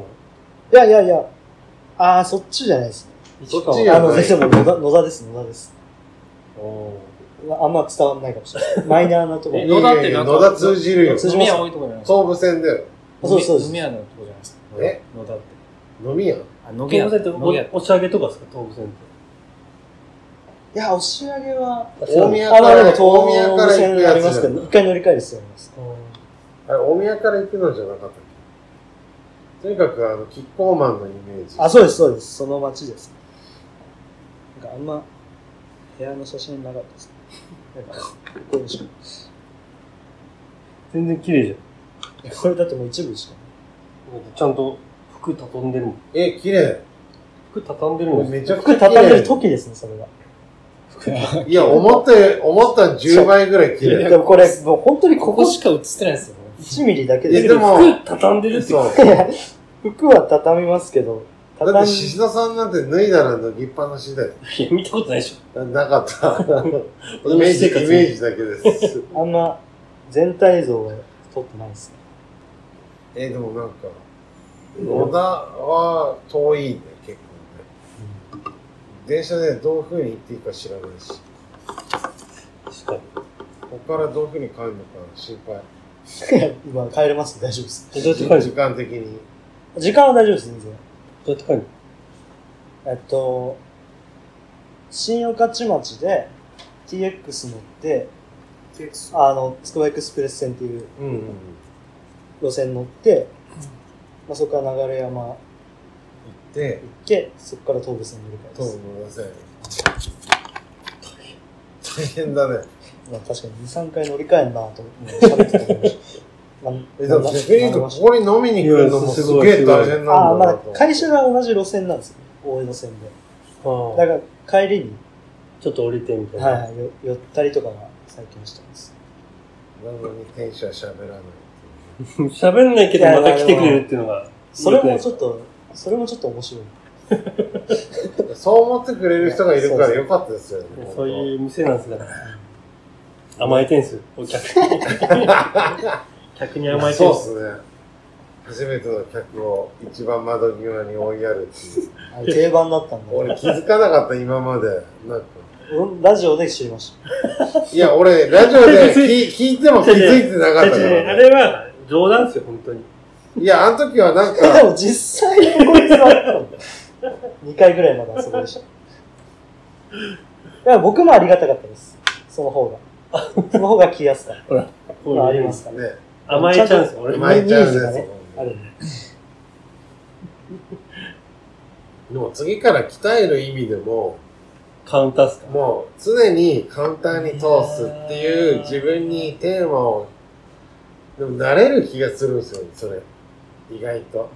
いやいやいや、あー、そっちじゃないです。
そっち
市
や
川
あ
は
の、
ない
全然もう野田、野田です、野田です。
お
まああんま伝わんないかもし れない。マイナーなとこ
ー
え
ろ。
野田ってなんか
いやいや野田通じるよ。
通じ
飲
ま
み
す
屋多いとこじゃないですか。
東武線だよ。
あそうですそうです
飲み屋のとこじゃないですか。
え
野田って。
飲み屋
あ、野
東武線って
野毛屋
お押し上げとかですか、東武線って。
いや、押し上げは、
大宮
あ、
か
まあでも
ら、
東
大宮から行く
線ありま
や
す
つ
け
じゃん
ど、一回乗り換えですよ、あります。
あれ、大宮から行くのじゃなかったっけとにかく、あの、キッコーマンのイメージ。
あ、そうです、そうです。その街です。なんかあんま、部屋の写真なかったです。なんか、これしか。
全然綺麗じゃん。
これだってもう一部しか。
ちゃんと服畳んでるの。
え、綺麗。
服畳んでる
これ
の。
めちゃく
服
ちゃ綺
畳んでる
麗。
時ですね、それが。
いや、思ったよ、思った10倍ぐらい綺麗。
でもこれ、もう本当にこ
こ
こ
こしか映ってないですよ。
1ミリだけ
え、
で。
ですも、
服畳んでるって。
そう。
服は畳みますけど、
だって、
畳
宍戸さんなんて脱いだら脱ぎっぱなしだよ。
い や、見たことないでしょ。
なかった。イメージ、イメージだけです。
あんま全体像は撮ってないですね。
え、でもなんか、野田は遠いね、結構ね。電車でどういう風に行っていいか知らないし、
確かに。
ここからどういう風に帰るのか心配。
今帰れます大丈夫です。
えどうやって帰る
時間的に。
時間は大丈夫です、全然。
どうやって帰る
えっと、新御徒町で TX 乗って、あの、つくばエクスプレス線っていう
うんうんうん。
路線乗って、まあ、そこから流山行っ
で、
て、そこから東武線乗り換えで
東
す。
武野田線。大変だね。
まあ、確かに2、3回乗り換えんなと思って喋ってたけど。まあ
え、でも
まあ
逆に言うと、
まあ
ここに飲みに来るのもすげえ大変
ああ、
なんだ
ま
な
あ
と、思う。
会社が同じ路線なんですよ。大江戸線で。
の
だから、帰りに、
ちょっと降りてみたいな。
はいはい、よ寄ったりとかが最近してます。
なのに店主は喋らない。
喋んないけどまた来てくれるっていうのが。
それも
よく
ちょっと、それもちょっと面白い。
そう思ってくれる人がいるからよかったですよね。
ない
本当
そういう店なんですだから。甘えてんすよ、お客に。 客に甘えて
そ
ん。
うですすね。初めての客を一番窓際に追いやるっていう。
あの定番だったんで。
俺気づかなかった今まで。なんか。
うんラジオで知りまし
いや、俺、ラジオ で聞聞いても気づいてなかっ
だ
たか
ってねあ
ら。
れは冗談ですよ、本当に。
いや、あの時はなん
た。で
か、
も実際にこいつはあったんだ。2回ぐらいまであそこでした。いや、僕もありがたかったです。その方が。その方が来やすかっ
こ
た。
う
まあ、あり
い
ま
う
すから。
ね、
甘えちゃうんですよ、俺
う
も。
まいちゃう
ニーズ
ね
がねあるんで。
でも次から鍛える意味でも、
カウンターっすか
もう常にカウンターに通すっていう自分にテーマを、でも慣れる気がするんですよね、それ。意外と。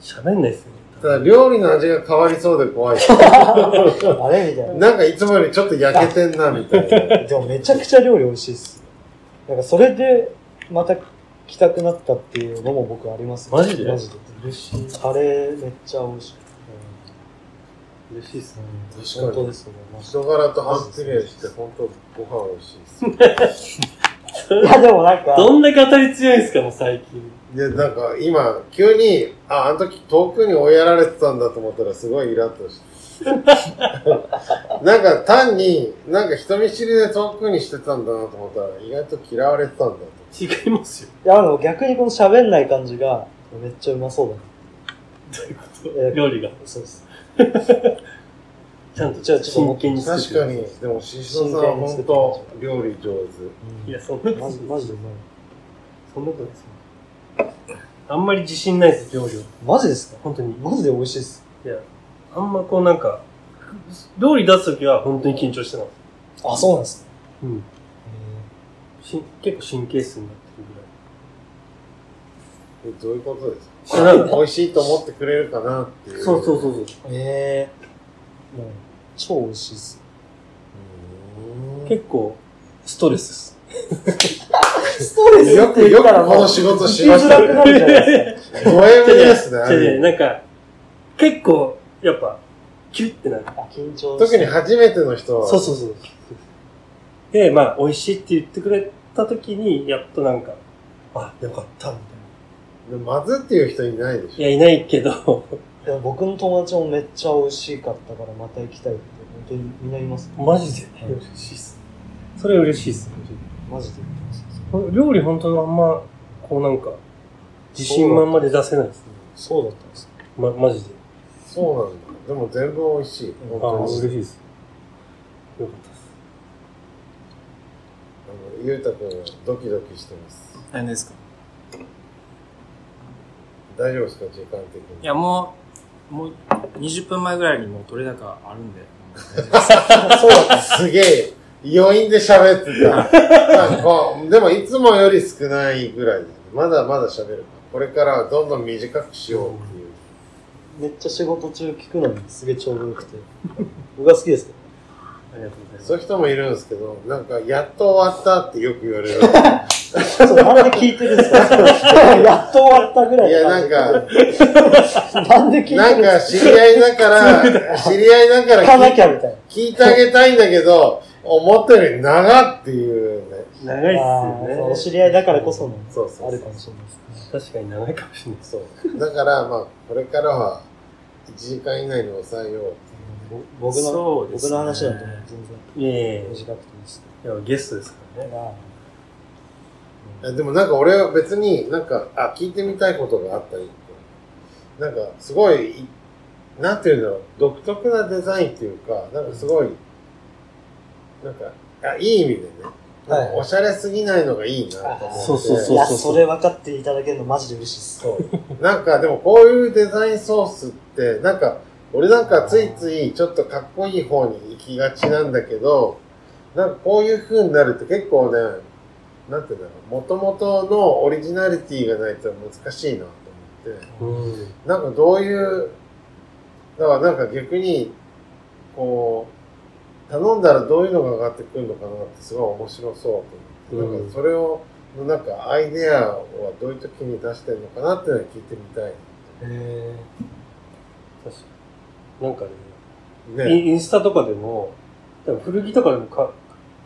喋んないっすね。
ただ料理の味が変わりそうで怖い。
あれみたいな。
なんかいつもよりちょっと焼けてんな、みたいな。
でもめちゃくちゃ料理美味しいっす。なんかそれで、また来たくなったっていうのも僕あります、
マジで
マジで。
嬉しい。
カレーめっちゃ美味しい。
嬉しいっすね。
本
確か
当
に
で。すよね。マジ
人柄とハンプレーして、本当ご飯美味しいです。
でいや、でもなんか、
どんだけ当たり強いんすか、もう最近。
いや、なんか今、急に、あ、あの時遠くに追いやられてたんだと思ったらすごいイラッとして。なんか単に、なんか人見知りで遠くにしてたんだなと思ったら、意外と嫌われてたんだと。
違いますよ。
いや、あの、逆にこの喋んない感じが、めっちゃうまそうだな。
どういうこと
えー
料理が。
そうです。
ちゃんと、じゃあ、真剣に作って
確かに、でも、ししとさんは本当、料理上手。
いや、そんな、マジマジでうまい。そんなことないですよ。あんまり自信ないです、料理は。
マジですか
本当に。
マジで美味しいです。
いや、あんまこうなんか、料理出すときは本当に緊張してない。
あ、そうなんですね。
うん。し結構神経質になってるぐらい。
えどういうことですか
あなんか
美味しいと思ってくれるかなっていう。
そうそうそうそう。
ええもう、超美味しいです。
う
結構、ストレスです。
ストレ
ーん。よく、よくこの仕事しました
生きづらく
ね。
なるじゃないで
ド M ですね あ
違う違う
れ。
なんか、結構、やっぱ、キュッてなる。
すか。あ、緊張して
特に初めての人は。
そうそうそう。で、まあ、美味しいって言ってくれたときに、やっとなんか、あ、よかった、みたい
でまずっていう人いないでし
な。
ょ。
いや、いないけど、
でも僕の友達もめっちゃ美味しかったからまた行きたいって、本当にみんな言います、
マジで
はい
嬉しいっす。それ嬉しいっす。
マジで言ってます。
料理本当あんま、こうなんか、自信満々で出せないですね。
そうだったんです。
ま、マジで。
そうなんだ。でも全部美味しい。
ああ、
本当
嬉
に。
しいです。よかったです。
あのゆうたくん、ドキドキしてます。
何ですか
大丈夫ですか時間的に。
いや、もう、もう、20分前ぐらいにもう取れ高あ るんで。
そうだすげえ。余韻で喋ってた。なんかこうでも、いつもより少ないぐらいだね。まだまだ喋るか。これからはどんどん短くしようっていう。
めっちゃ仕事中聞くのにすげえちょうどよく て。僕が好きですけど。
ありがとうございます。
そういう人もいるんですけど、なんか、やっと終わったってよく言わ れる。
そうなんで聞いてるんですか やっと終わったぐらい
いや、なん
か、
か、
なんで聞いてる
なん
んで
か、
す
知り合いだから、知り合いだか
か聞からなき
聞
ゃみたいな。
聞いてあげたいんだけど、思ったより長っていうね。
長いっ
あ
す
ーそう
よ
お
ね。
知り合いだからこその、
そうそうそう
あるかもしれないですね。
確かに長いかもしれないです。
そう。だから、まあ、これからは、1時間以内に抑えよう。
ぼ僕
そ
の、
うです
僕
ね
の話だとね全
いやいやい
然短くていいですね。
やいや、ゲストですからね。
まあ
えでもなんか俺は別になんか、あ、聞いてみたいことがあったり、なんかすごい、いなんていうんだろう、独特なデザインっていうか、なんかすごい、なんか、あいい意味でね、
はい
なんかおしゃれすぎないのがいいなと思って。
あ
そうそうそう
いや、それ分かっていただけるのマジで嬉しいです。
そう。なんかでもこういうデザインソースって、なんか、俺なんかついついちょっとかっこいい方に行きがちなんだけど、なんかこういう風になると結構ね、なんていうんだろう、元々のオリジナリティがないと難しいなと思っ
う
て、
ん。
なんかどういう、だからなんか逆に、こう、頼んだらどういうのが上がってくるのかなってすごい面白そうと思って、
うん
なんかそれを、なんかアイデアはどういう時に出してるのかなっていうのは聞いてみたい。
へ
確かに。なんかね、
ね。
インインスタとかでも、多分古着とかでもか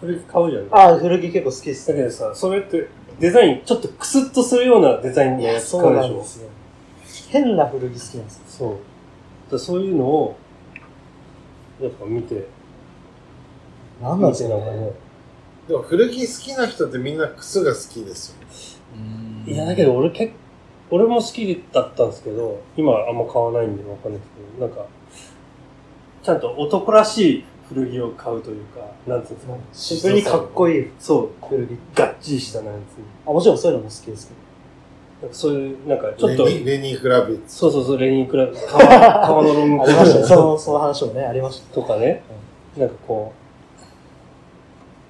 古着買うじゃん。だ
ああ、古着結構好きです
け
ね。
どさ、それってデザイン、ちょっとクスッとするようなデザイン
い
の
や、
やつ
そ
買
う
うで
な
し
んで
ょ。
すよ。変な古着好きなんですよ。
そう。だからそういうのを、やっぱ見て、
なん
見
なんです
て
か
なんか
ね
ね。。
でも古着好きな人ってみんな靴が好きですよ。
いや、だけど俺結構、俺も好きだったんですけど、今あんま買わないんでわかんないですけど、なんか、ちゃんと男らしい古着を買うというか、なんつうんですか。
シンプルにかっこいい
そう、
古着。
がっちりしたなんつう
あ、もちろんそういうのも好きですけ
なんかそういう、なんかちょ
レ
っと、
ニレニー・クラビッツ。
そうそうそう、レニークラブ、 革革のロング
ど。あ
コ
りました
ート
ね。その、その話もね、ありまし
とかね、なんかこ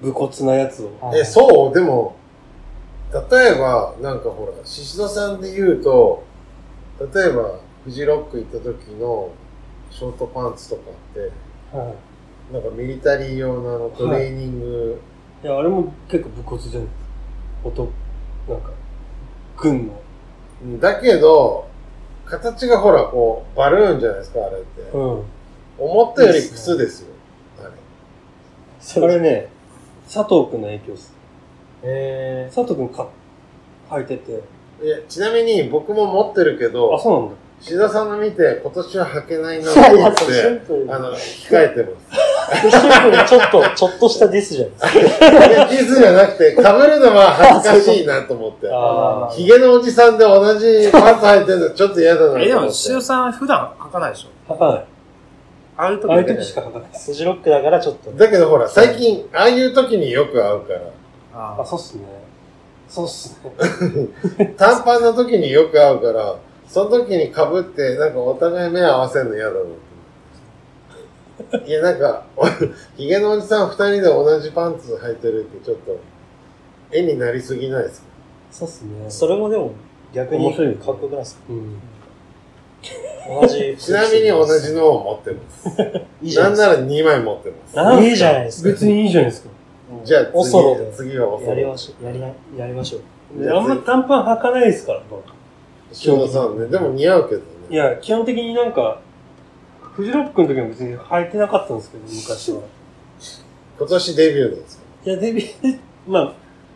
う、武骨なやつを。
た。はい
え、そうでも、例えば、なんかほら、シシドさんで言うと、例えば、フジロック行った時のショートパンツとかって、
は
なんかミリタリー用のあのトレーニング、
い。いや、あれも結構武骨じゃないですか。音、なんか、軍の。
うんだけど、形がほら、こう、バルーンじゃないですか、あれって。
うん。
思ったより靴ですよ。あれ
あれね、佐藤くんの影響です。
え
佐藤くんか、履いてて。
いや、ちなみに僕も持ってるけ
あ、
ど、
そうなんだ。
志田さんの見て今年は履けないな
ー。
と
いやい
思
や、
っ
そうシン
て、
プルに。
あの、控えてます。
シンプルにちょっと、ちょっとしたディスじゃないですか。
いや地図じゃなくて、被るのは恥ずかしいなと思って。
あ
ー
ヒゲのおじさんで同じパンツ履いてるのちょっと嫌だなと思っ
え、
て。
でも、シオさん普段履かないでしょ
履かない。
ああいうと
あ
こ
あい
だ
う時
けで
しか書かないです。
スジロックだからちょっと。
だけどほら、最近、ああいう時によく会うから、
あ
あ、
あ
そうっすね。そうっ すね。
短パンの時によく会うから、その時に被って、なんかお互い目合わせるの嫌だなって。いや、なんか、おヒゲのおじさん二人で同じパンツ履いてるってちょっと、絵になりすぎないですか
そうっすね。
それもでも逆に
面白い
かっこよくないですか
うん。
同じ。
ちなみに同じのを持ってます。
いいじ
な
ゃない
ん
です
な
から
2枚持ってます。
なんいいじゃないですか
別にいいじゃないですか。
じゃあ次、
おそろで
次はおそ
やり
ろ。
ましょう。やりな、やりましょう。
であんま短パン履かないですから、僕
塩田さんね、でも似合うけど
い
ね。
や、基本的になんか、フジロックの時は別に履いてなかったんですけど、昔は。
今年デビューなんですか
いや、デビュー、 ま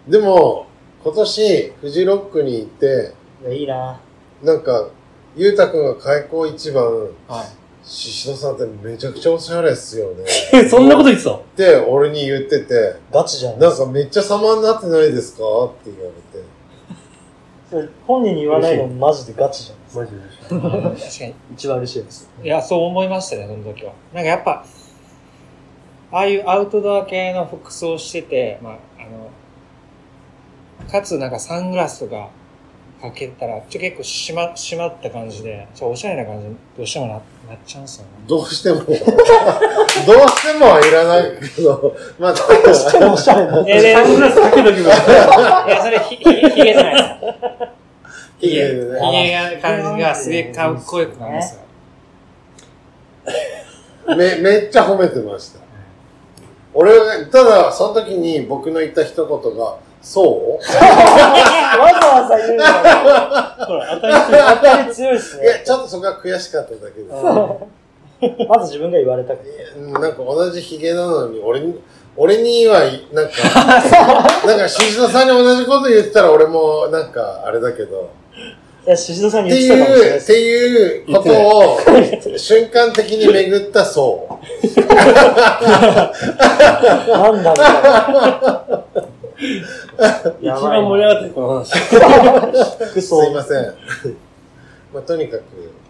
でも、今年、フジロックに行って、
いや、いいな
なんか、ゆうたくんが開口一番、
はい
ししのさんってめちゃくちゃおしゃれっすよね。
あ、
っ
そんなこと言ってた
て俺に言ってて、
ガチじゃないで
なん
すか。
かめっちゃ様になってないですかって言われて。
それ本人に言わないのマジでガチじゃないですか。
マジで。
確かに。
一番嬉しいです。
いや、そう思いましたね、その時は。なんかやっぱ、ああいうアウトドア系の服装してて、まあ、あの、かつなんかサングラスとかかけたら、ちょ結構しま、しまった感じで、ちょおしゃれな感じにどうしてもななっちゃうんですよね。
どう しても、どうしてもはいらないけど、まあ、
でもおしゃれな。
え
サングラスかけときます。
いや、それひ、ひ、ひげじゃないですか。
いいよね。
あ
ひげが感じがすげえかっこよくなるんですよ。
め、めっちゃ褒めてました。俺が、ただ、その時に僕の言った一言が、そう
わざわざ言うのが。
ほら、当 たり強い。
当たり強いっす
いや、
ね。
ちょっとそこは悔しかっただけです。
まず自分が言われたから。
うんなんか同じヒゲなのに、俺に、俺には、 なんか、なんか、シシドさんに同じこと言ってたら俺も、なんか、あれだけど、
いや、しじさ
っ
んに
て
言ってたかもしれな
いう、っ
いです
て。いうことを、瞬間的に巡ったそう。
なんだろ う。
一番盛り上がってるこの話。
る
す
服装。
いません。まあ、とにかく、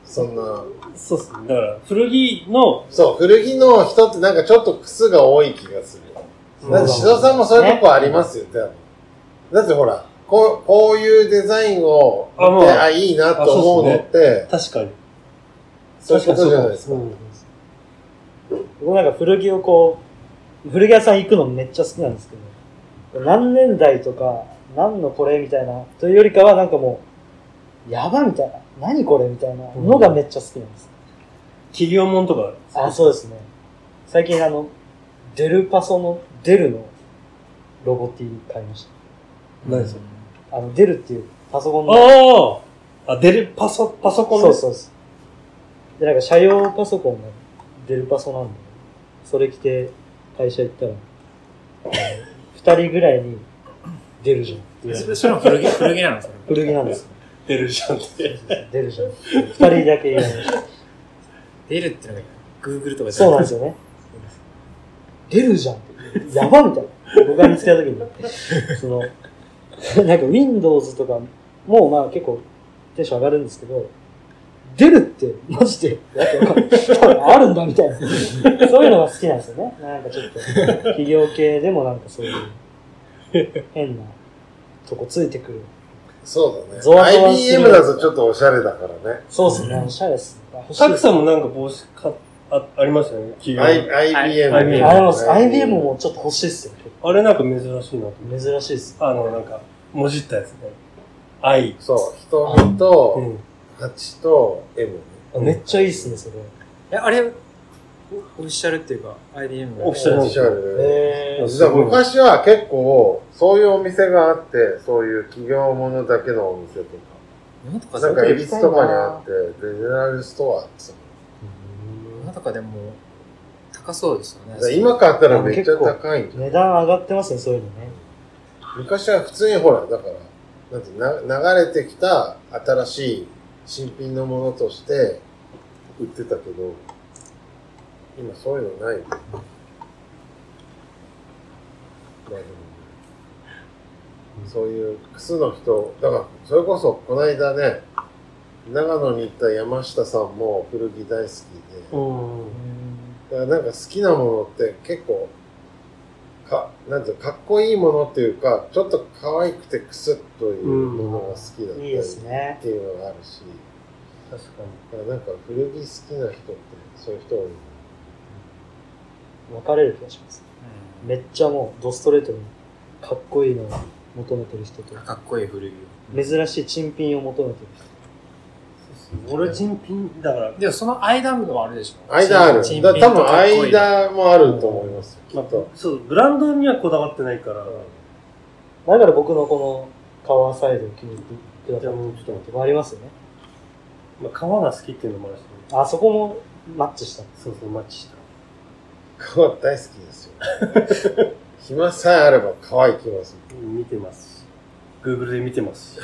そんな、
そうっすね。だから、古着の、
そう、古着の人ってなんかちょっと靴が多い気がする。
そう
だっ
だもん
て、
ね
シドさんもそういうとこありますよ、多分だってほら、こう、こういうデザインを
あ
見
もう
て、あ、いいなと思うのって、
確かに。
そういうことじゃないですか。
うん
僕なんか古着をこう、古着屋さん行くのめっちゃ好きなんですけど、何年代とか、何のこれみたいな、というよりかはなんかもう、やばみたいな、何これみたいなのがめっちゃ好きなんです。
企業もんとか。
あ、そうですね。最近あの、デルパソのデルのロゴ T 買いまし
何それ。
た。あの、デルっていうパソコンの
あああ、出る、パソ、パソコン
そう
です。
そうそう。で、なんか、社用パソコンがデルパソなんで、それ着て会社行ったら、あの二人ぐらいに出るじゃんって言われて。
それも古着、古着なのそれ。
古着なんですよ。
出るじゃんって。
出るじゃん。二人だけ言われました。
出るってのがいいな、Google とかじゃ
そう
な
なん
く
ですよね。出るじゃんって。やばみたいな。僕が見つけた時に、その、 なんか Windows とかもまあ結構テンション上がるんですけど、出るってマジで、なんかあるんだみたいな。そういうのが好きなんですよね。なんかちょっと、企業系でもなんかそういう変なとこついてくる。
そうだね。
ゾワゾワする
IBM だとちょっとおしゃれだからね。
そうですね。おしゃれですね。欲しい
サクさんもなんか帽子か、あ、ありましたよね。企業
I- IBM
はい
ね。
あれも、IBM もちょっと欲しいっすよ。
あれなんか珍しいなと思って。
珍しいっす。
あの、なんか、もじったやつね。愛。
そう、瞳
う
と、
ん。
8と M ね。
あめっちゃいいっすね、それ。
え、あれ、オフィシャルっていうか、IDM
オフィシャル
オ
なんで
フィシ
す
ャ
よ。
ルで。
え
ー
実は昔は結構、そういうお店があって、そういう企業ものだけのお店と
なんと
か、
か
なん
さ、
か恵比寿とかにあって、デジタルストアって言
なんとかでも、高そうですよね
ってた。今買ったらめっちゃ高いんじゃん。
値段上がってますね、そういうのね。
昔は普通にほら、だから、なんてな、流れてきた新しい新品のものとして売ってたけど、今そういうのないよね。まあでもねそういう靴の人、だから、それこそこの間ね、長野に行った山下さんも古着大好きで、
うん。
うん
だからなんか好きなものって結構、か、なんていうのかっこいいものっていうか、ちょっと可愛くてクスッというものが好きだった
い
り
いですね
っ。ていうのがあるし、
確かに。
だからなんか古着好きな人ってそういう人多い。
分かれる気がします。めっちゃもう、ドストレートに、かっこいいのを求めてる人と、
かっこいい古着
珍しい珍品を求めてる人。
俺、珍品だから、
でもその間もあるでしょ
間ある。
珍
だ
珍
多
品と
分
かっこいい
間もあると思いますよ。きっと。
そう、ブランドにはこだわってないから、
だから僕のこの、カワーサイドを気に入ってくだ
じ
さ
ゃあ
っ
もうちょっと待
てもありますよね。
って。まあ、革が好きっていうのもあるしね。
あそこもマッチした。
そうそう、マッチした。
川大好きですよ。 暇さえあれば川行きます。
見てますし。Google で見てますし。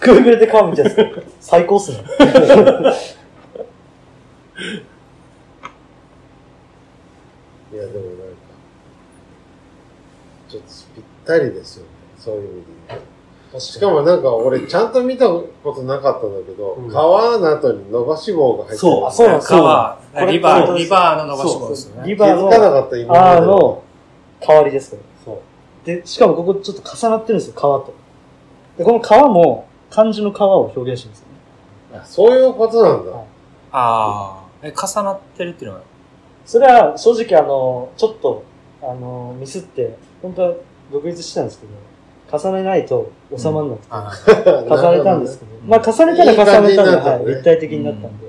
Google で顔見ちゃ って最高っすね。
いや、でもなんか、ちょっとぴったりですよね。そういう意味で言うと。しかもなんか俺ちゃんと見たことなかったんだけど、
うん
川の後に伸ばし棒が入ってる。
そう
そうなん
そう
革
これ
リバ
こ
ー、
れ
リバーの伸ばし棒ですよね。
リ
気づ
バー
かな
の、
かった今ま
あ
で。
の、代わりですけど。
そう。
で、しかもここちょっと重なってるんですよ、川と。で、この川も、漢字の川を表現してるんですよね。
あそういうことなんだ。
はい
ああ。え、重なってるっていうのは
それは正直あの、ちょっと、あの、ミスって、本当は独立してたんですけど、重ねないと収まらなくて、
あ
重ねたんですけど、
うん
まあ重ねたら重ねたんで、はい
いい感じになったね
立体的になったんで、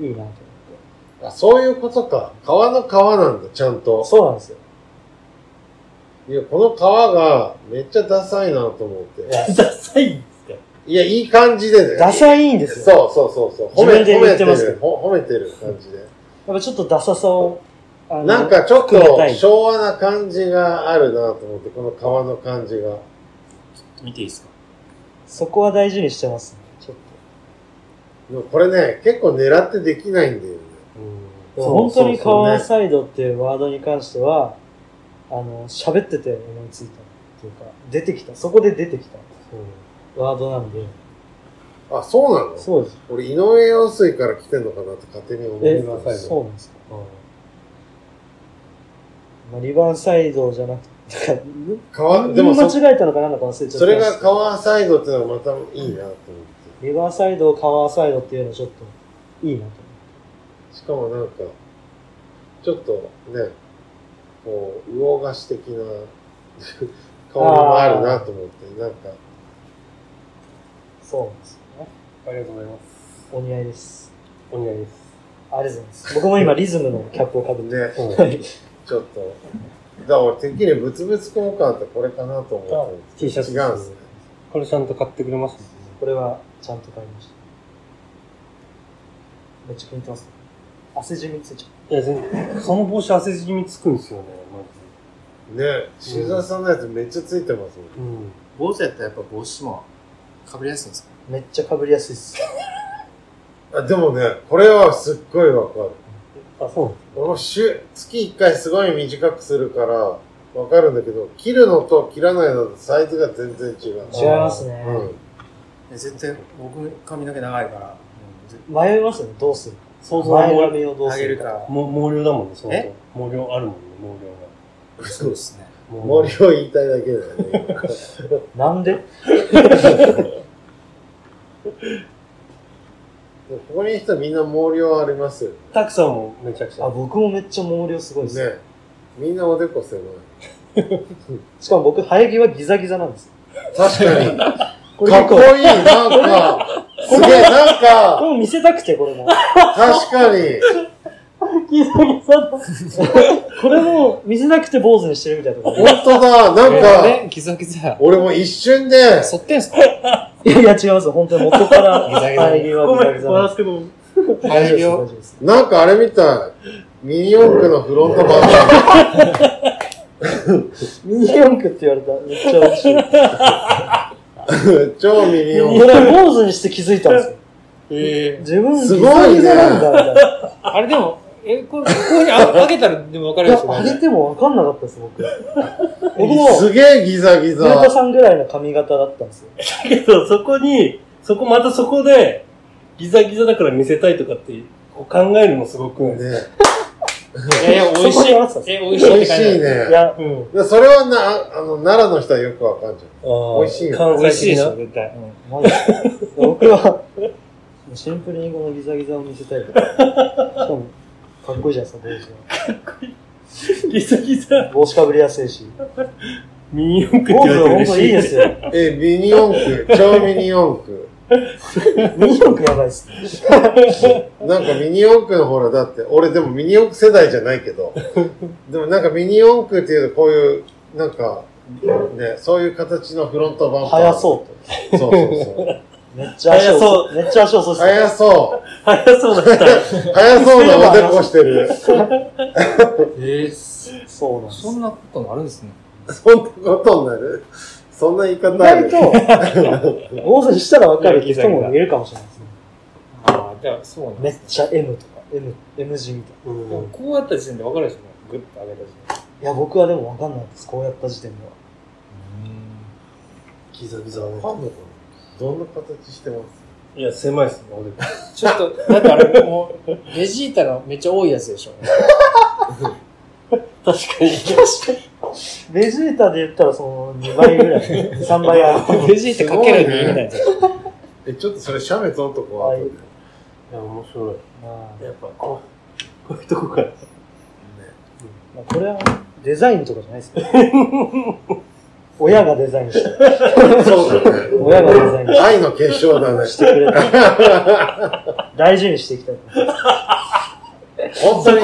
いいなと思って。
あそういうことか。川の川なんだ、ちゃんと。
そうなんですよ。
いや、この川がめっちゃダサいなと思って。
いや
ダサい
いや、いい感じでね。
ダサいんですよ。
そうそうそうそう。褒め
自分
褒
で
め
言っててますけ
る。ほ褒めてる感じで。
やっぱちょっとダサさを、あの
なんかちょっ
含めた
と
い
昭和な感じがあるなと思って、この川の感じが。
見ていいですか
そこは大事にしてますね。ちょっ
でもこれね、結構狙ってできないんだよね。
と。本当にカワ
そ
ー
うそう
サイドっていうワードに関しては、あの、喋ってて思いついたっていうか、出てきた。そこで出てきたワードなんで。
そうねあ、そうなの
そうです。
俺、井上陽水から来てんのかなって勝手に思
え
ってた、
そうなんですか。まあ、リバーサイドじゃなくて、なんか
川、で
言
も
い間
そ、
違えたのかなんだか忘れちゃった。
それが川サイドってのはまたいいなと思って。
リバーサイドをカワーサイドっていうのはちょっといいなと。
しかもなんか、ちょっとね、こう、魚菓子的な 香りもあるなと思って、なんか、
そうなんですよね。
ありがとうございます。
お似合いです。
お願いです。
ありがとうございます。僕も今リズムのキャップをかぶって。
ね、
はい
ちょっと、だから俺、てっきり物々交換ってこれかなと思って。
T シャツ
違うんですね。
これちゃんと買ってくれます
これはちゃんと買いました。めっちゃ気に入ってます。汗じみついちゃ
いや、全然。その帽子汗染みつくんですよね、マ
ね、シザさんのやつめっちゃついてますも
ジ
ん。
で。うん。
坊主やったらやっぱ帽子も被りやすいんですか
う。めっちゃ被りやすいっす。
あでもね、これはすっごいわかる。
あ、そうなんです
俺も週、月1回すごい短くするから、わかるんだけど、切るのと切らないのとサイズが全然違う。
違いますね。
うん。
いや絶対僕髪の毛長いから、うんぜ
迷いますよね、どうするか。
想像
前
の
髪をどう
あ
す
げ
る
る
か。
から。
毛量だもんね、その
え
毛量あるもんね、毛量が。
そうですね。
森を言いたいだけだよ ね。
なんで
でもここにいる人みんな毛量ありますよね。
たくさんもめちゃくちゃ。
あ、僕もめっちゃ毛量すごいっす。
ねみんなおでこ狭い。
しかも僕、生え際ギザギザなんですよ。
確かに。か
これ
っ
結
こ
構、
いい。なんか、すげえ、なん
こ
か、
れも見せたくて、これも。
確かに。
ギザギザだ。これも見せたくて坊主にしてるみたいなところ。
本当だ。なんか、
ね、ギザギザや。
俺も一瞬で、
剃ってんすか
いやいや、違います。本当に元から生え際ギザギザなんです。
けど。
大
大丈
量。
夫です。
なんかあれみたい。ミニ四駆のフロントバー
ミニ四駆って言われたらめっちゃ嬉しい。
ジ ョン超ミニ四
そ
駆。
れ坊主にして気づいたんですよ。
ええ。
自分
す
ギ
ごい
ザ
ね
ギザなんだみたいな。
あれでも、え、こうこういうふうにあ上げたらでも分か
い
るで
や
し、ょ、
あげても分かんなかったです、僕。僕も、
すげえギザギ
ルート
ザ。
さんぐらいの髪型だったんですよ。
けど、そこに、そこ、またそこで、ギザギザだから見せたいとかって、こう考えるのすごくないですか
ね
いやいや、美味しい。え、美味しい
美
って
味し
感
い
じ。
い
ね。
や、うん。
でそれはな、あの、奈良の人はよくわかんじゃん。美味しいよ
関
美味しい
西的
でし
な
ょ、。絶対。うん
マジで僕は、シンプルにこのギザギザを見せたいから。しかも、かっこいいじゃないです か、
ギザギザ。
帽子は。帽子かぶりやすいし。
ミニ四駆って
坊主
言わ
は
れ
本
て
当
嬉
に
し
いい
い。
ですよ。
え、ミニ四駆、超ミニ四駆。
ミニ四駆やばいっす。
なんかミニ四駆のほら、だって、俺でもミニ四駆世代じゃないけど、でもなんかミニ四駆っていうとこういう、なんか、ね、そういう形のフロントバンパー。
速そう
う。そうそうそう。
めっちゃ足
速
遅
そ
い。めっちゃ足遅いっすね。
速そう。
速そうだった。
速そうなおでこしてる。
えー、
そうなんです
そんなこともあるんですね。
そんなことになるそんな言い
意
方あ
外
る
と、大勢したらわかる人もいるかもしれないですね。
ああ、じゃあそうなん
め
で
っちゃ M とか、M、M 字みたいな。
でもこうやった時点で分かるでしょ、グッと上げた時
いや、僕はでもわかんないです。こうやった時点では。
ギザギザ。
わかんのかなどんな形してます
いや、狭いっすね、おでこ。
点ちょっと、なんかあれ、もう、ベジータのめっちゃ多いやつでしょ。
確かに。
ベジータで言ったらその2倍ぐらい、3倍 ある。
ベジータかける2みたいな。
え、ちょっとそれ、シャメとんとこは後で、
いや、面白
ま
い。やっぱ、こう、こういうとこから。
あこれはデザインとかじゃないですけど。親がデザインして、
そうだね。
親がデザインし
愛の結晶だね。
てくれた。大事にしていきたい。
本当に。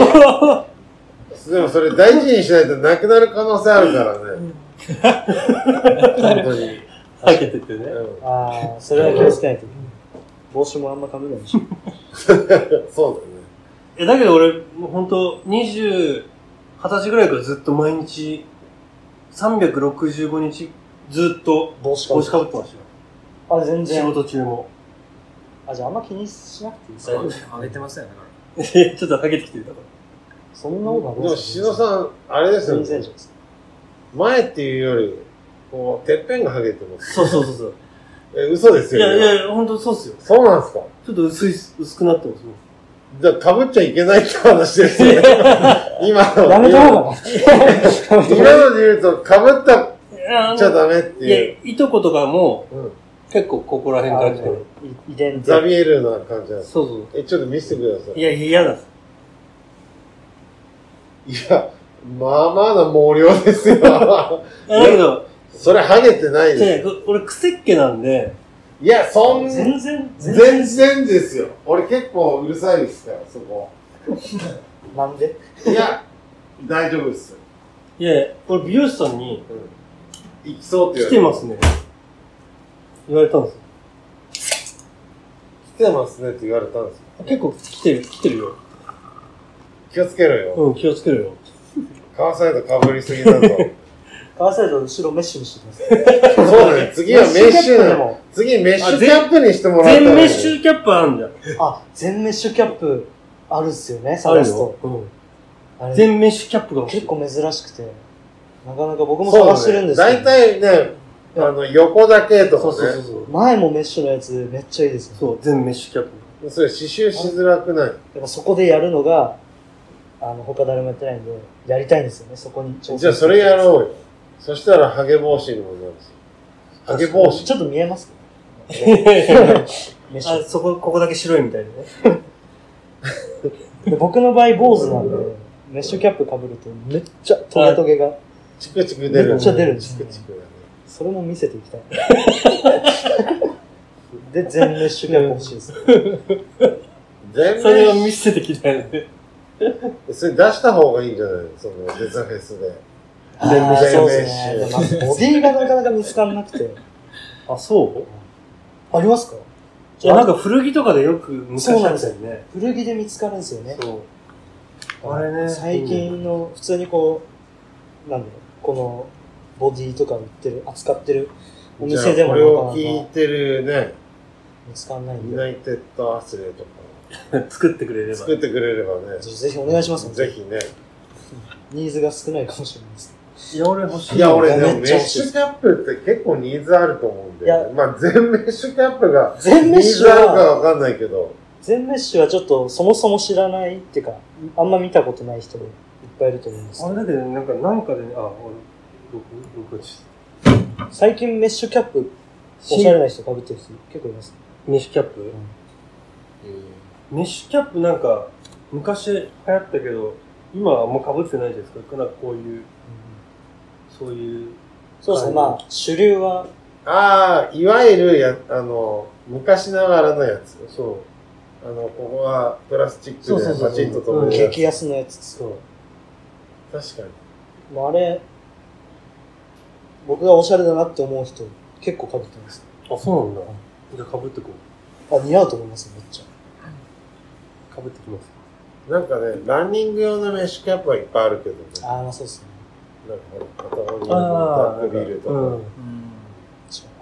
でもそれ大事にしないとなくなる可能性あるからね。本当に。
避けててね。
う
ああ、それは気をつけないと。帽子もあんまかぶないし。
ん、そうだね。
え、だけど俺、もう本当二十、二十歳ぐらいからずっと毎日、365日、ずっと、
帽子かぶ
帽
る
子かぶってまし
あ、全
たよ。仕
然。
事中も。
あ、じゃああんま気にしなくていいです
そ
か
う上げてますよね。だか
え、 ちょっとハゲてきてるだか
そんなことは
で
どう
も、
す
し
る
のさん、あれですよ
全然じ
ね
ゃ。ないですか
前っていうより、こう、てっぺんがハゲてま
ら。
す。
そうそうそうそう。
え、嘘で す
いや
よ。
いやいや、本当そうっすよ。
そうなんですか
ちょっと薄いっす、薄くなってますもん。
じゃあ、かぶっちゃいけないって話ですよね。今の。
やめた方が
今の今ので言うと、かぶった
いや、あ
っちゃ
の
ダメって
い
いう。
や、いとことかも、
うん
結構ここら辺から来てる。
い遺伝
ザ
的。
ビエルな感じなんです。
そうそう。
え、ちょっと見せてください。
いや、嫌だっす。
いや、まあまあな毛量ですよ。
あだけど、
それハゲてない
じゃあ
で
ね
すよ。
俺、癖っ気なんで、
いや、そん、全
然、
然ですよ。俺結構うるさいですから、そこ。
なんで
いや、大丈夫ですよ。
いや、俺、美容師さんに、
行きそうって
来
言
て
われ
ますね。言われたんですよ。
来てますねって言われたんですよ。
結構来てる、来てるよ。
気をつけろよ。
うん、気をつけるよ。
カーサイドかぶりすぎだぞ。
カーサイド後ろメッシュにしてます。
そうだね。次はメッシュ
メッで
なの。
も。
次メッシュキャップにしてもらったらいい
全メッシュキャップあんじゃん。
あ、全メッシュキャップあるっすよね、探すと。
う
あ
ん。
れ
全メッシュキャップが欲しい
結構珍しくて、なかなか僕も
そう
探
だ
してるん
ね。
ですけ
大
ど、
体ね、あの、横だけと
そうそう
か
そう
ね。
そう。
前もメッシュのやつめっちゃいいですよ。
そう、全メッシュキャップ。
それ刺繍しづらくない。
やっぱそこでやるのが、あの、他誰もやってないんで、やりたいんですよね、そこに。
じゃあそれやろうよ。そしたらハゲ防止にもなるし。ハゲ防止
ちょっと見 えますかメッシ
あ、
ュ。
そこ、ここだけ白いみたいなね。
で僕の場合、坊主なんで、メッシュキャップ被るとめっちゃトゲトゲが。
チクチク出る。
めっちゃ出るんです
チ
よ
ク
ね
チクだね。
それも見せていきたい。で、全メッシュキャップ欲しいです。
全
それを
面
見せてきたよね。
それ出した方がいいんじゃないそのデザフェスで。
あ
全部
ーそうです
全
ね
部。
まずボディがなかなか見つからなくて。
あ、そう
ありますか
いや、なんか古着とかでよく昔あったよね。
古着で見つかるんですよね。
そう。あれね。
最近の、普通にこう、なんだろう、この、ボディとか売ってる、扱ってるお
じゃあ
店でも
こ
な
れ
か
を
な
聞い
か
てるね、
見つからないん
ユ
で、
ナイテッドアスレとか
作ってくれれば。
作ってくれればね。
ぜひお願いします
ぜひね。
ニーズが少ないかもしれないです。
いや、俺欲しい。
いや、俺
い
で
や
も
め
メ
っちゃ
ッ
欲しい
シュキャップって結構ニーズあると思うんで。
いや
まあ全メッシュキャップが、
全
ニ
メッ
ー
シ
ズ
ュ
あるか
は、
わかんないけど。
全メッシュはちょっとそもそも知らないっていうか、あんま見たことない人がいっぱいいると思うんです
あ
け
れだけど、なんか、なんかでね、あ、俺、録録画し
ど、最近メッシュキャップ、おしゃれな人被ってる人結構いますね。
メッシュキャップ、メッシュキャップなんか、昔流行ったけど、今はあんま被ってないじゃないですか。なんかこういう、そういう、
そうですね、まあ、主流は、
ああ、いわゆるや、あの、昔ながらのやつ。そう。あの、ここはプラスチッ
そうそ
ク
う
で
そう
パチンと止めるやつ
激安のやつです。
確かに。
もうあれ、僕がおしゃれだなって思う人、結構被ってます。
あ、そうなんだ。じゃあ被ってこう。
あ、似合うと思いますよ、めっちゃ。
被ってきます。
なんかね、ランニング用のメッシュキャップはいっぱいあるけどね。
ああ、まあそうですね。
なんかほら、片方にダックビールとか。
うん。
確かに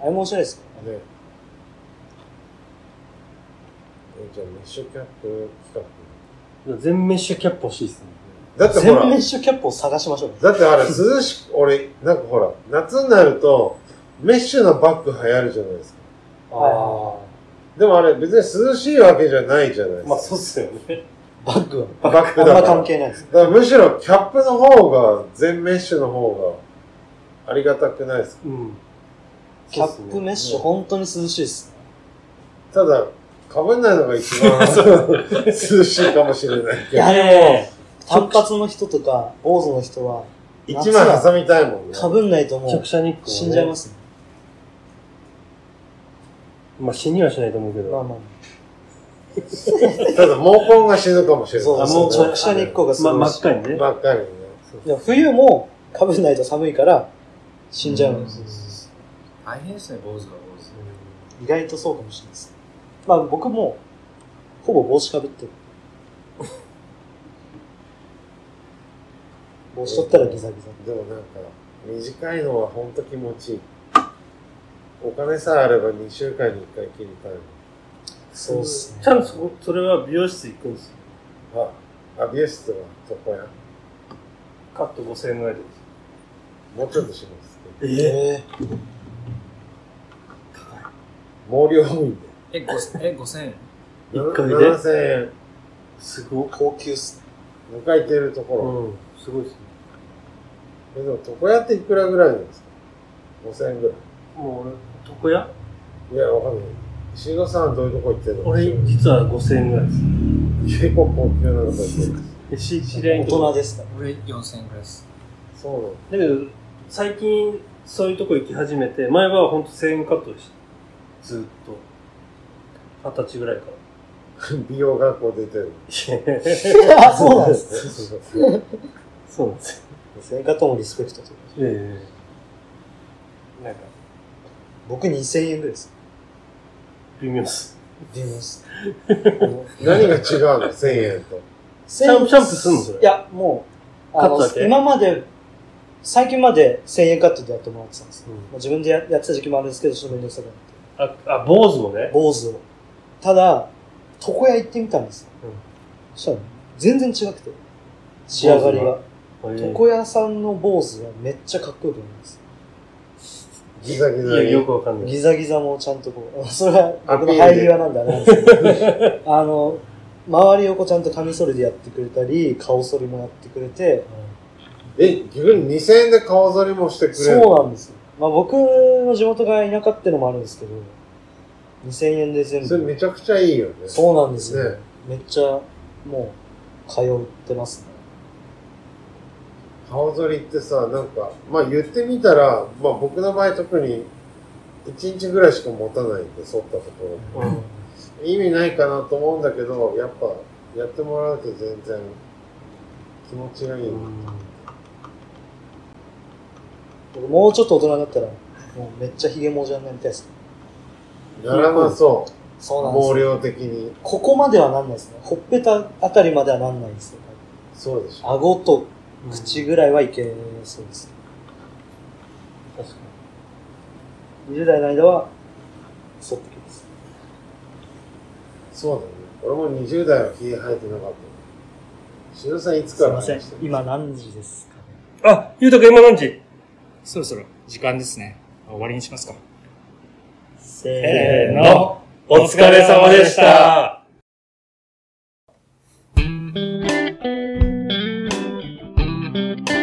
あれもおしゃれですからね。
ね。えじゃあ、メッシュキャップ企
じゃあ全メッシュキャップ欲しいっすね。
画。だって
全
ほ
メ
ら
ッ、シュキャップを探しましょうね。
だってあれ涼しく、俺、なんかほら、夏になると、メッシュのバッグ流行るじゃないですか。
あ
でもあれ別に涼しいわけじゃないじゃないですか。
まあ、そうっすよね。
バッグは。
バッグ
あん
だから。だ
ま関
か
係ないです。
らむしろキャップの方が、全メッシュの方が、ありがたくないですか。
うん。
キャップメッシュ、本当に涼しいですね。
ただ、被んないのが一 番涼しいかもしれない
い
けど
や、。でも、単発の人とか、坊主の人は、
一枚挟みたいもんね。
被んないとも
直
う、
射日光、。
死んじゃいますすね。
まあ、死にはしないと思うけど。
まあまあ。
ただ、毛根が死ぬかもしれない。
そう
もう
そう、直射日光がす
まあ、
ごい
真っ
し。
赤にね。
ばっかりね。
いや、冬も被んないと寒いから、死んじゃうんです。
大変ですね、坊主が坊
意外とそうかもしれないです。まあ僕も、ほぼ帽子かぶってる。帽子取ったらギザギザ。
でもなんか、短いのはほんと気持ちいい。お金さえあれば2週間に1回切りたい
そうっすね。
ちゃんとそこ、それは美容室行くんですよ。
の。あ、あ、美容室はそこや。
カット5000円ぐらいで。
もうちょっとしますけど。
え
毛量多いんで。
主。え、ごえ5000円
一回で
7000円。
すごい。
高級っす。
向かいてるところ。
うん。すごいっすね。
えでも、床屋っていくらぐらいなんですか ?5000 円ぐら
もう俺、床屋
い。いや、わかんない。石戸さんどういうとこ行ってるの
俺、実は5000円ぐらいです。
結構高級なとこ行ってる。
えし知り合いの
大
とこ
人ですから。
俺4000円ぐらいです。
そうなの。
だけど、最近、そういうとこ行き始めて、前はほんと1000円カットでした。ずーっと。二十歳ぐらいか
美容学校出てる。
ら。
あ、そうなんですね。
そうそうそう
そうなんですよ。
生活もリスペクトというか。
ええなんか、
僕2000円ぐらいです。
微妙です。
微妙っす。
何が違うの ?1000 円と。
シ
シャンプシャンプーすんのそれ
いや、もう、あの
カットだ、け
今まで、最近まで1000円カットでやってもらってたんです。
うん
もう自分でややってた時期もあるんですけど、ちょっとめんどくさくなって。
あ、あ、坊主もね。
坊主を。ただ、床屋行ってみたんですよ。
うん
そしたら、全然違くて。仕上がりが。
え
床屋さんの坊主はめっちゃかっこよくなります。
ギザギ
え
ザ
いや、
に。
よくわかんない。
ギザギザもちゃんとこう、 それは
アピール
僕の
で
入りはなんだなんですけど、あの、周りをこうちゃんとカミソリでやってくれたり、顔剃りもやってくれて、
え、逆に2000円で顔剃りもしてくれる
そうなんですよ。まあ僕の地元が田舎ってのもあるんですけど、2000円で全
それめ
部。
ちゃくちゃいいよね。
そうなんですよ。
ね
めっちゃ、もう、通ってますね。
顔剃りってさ、なんか、まあ言ってみたら、まあ僕の場合特に1日ぐらいしか持たないんで、剃ったとこ
うん
ろ。意味ないかなと思うんだけど、やっぱやってもらうと全然気持ちがいい。
僕もうちょっと大人になったら、もうめっちゃヒゲもじゃになりたいです。
ならなそ。
そううなんです
毛
よ。
量的に。
ここまではなんないですね。ほっぺたあたりまではなんないですね。
そうでしょ。
顎と口ぐらいはいけそうです。
確か
20代の間は、剃ってきます。
そうだね。俺も20代は気生えてなかった。しのさんいつ
す
か
い
ら
ません
話し。てる
今何時ですかね。
あ、ゆうたくん今何時
そろそろ時間ですね。終わりにしますか。
せーの。Eh,
せーの。お疲れ様でした。
「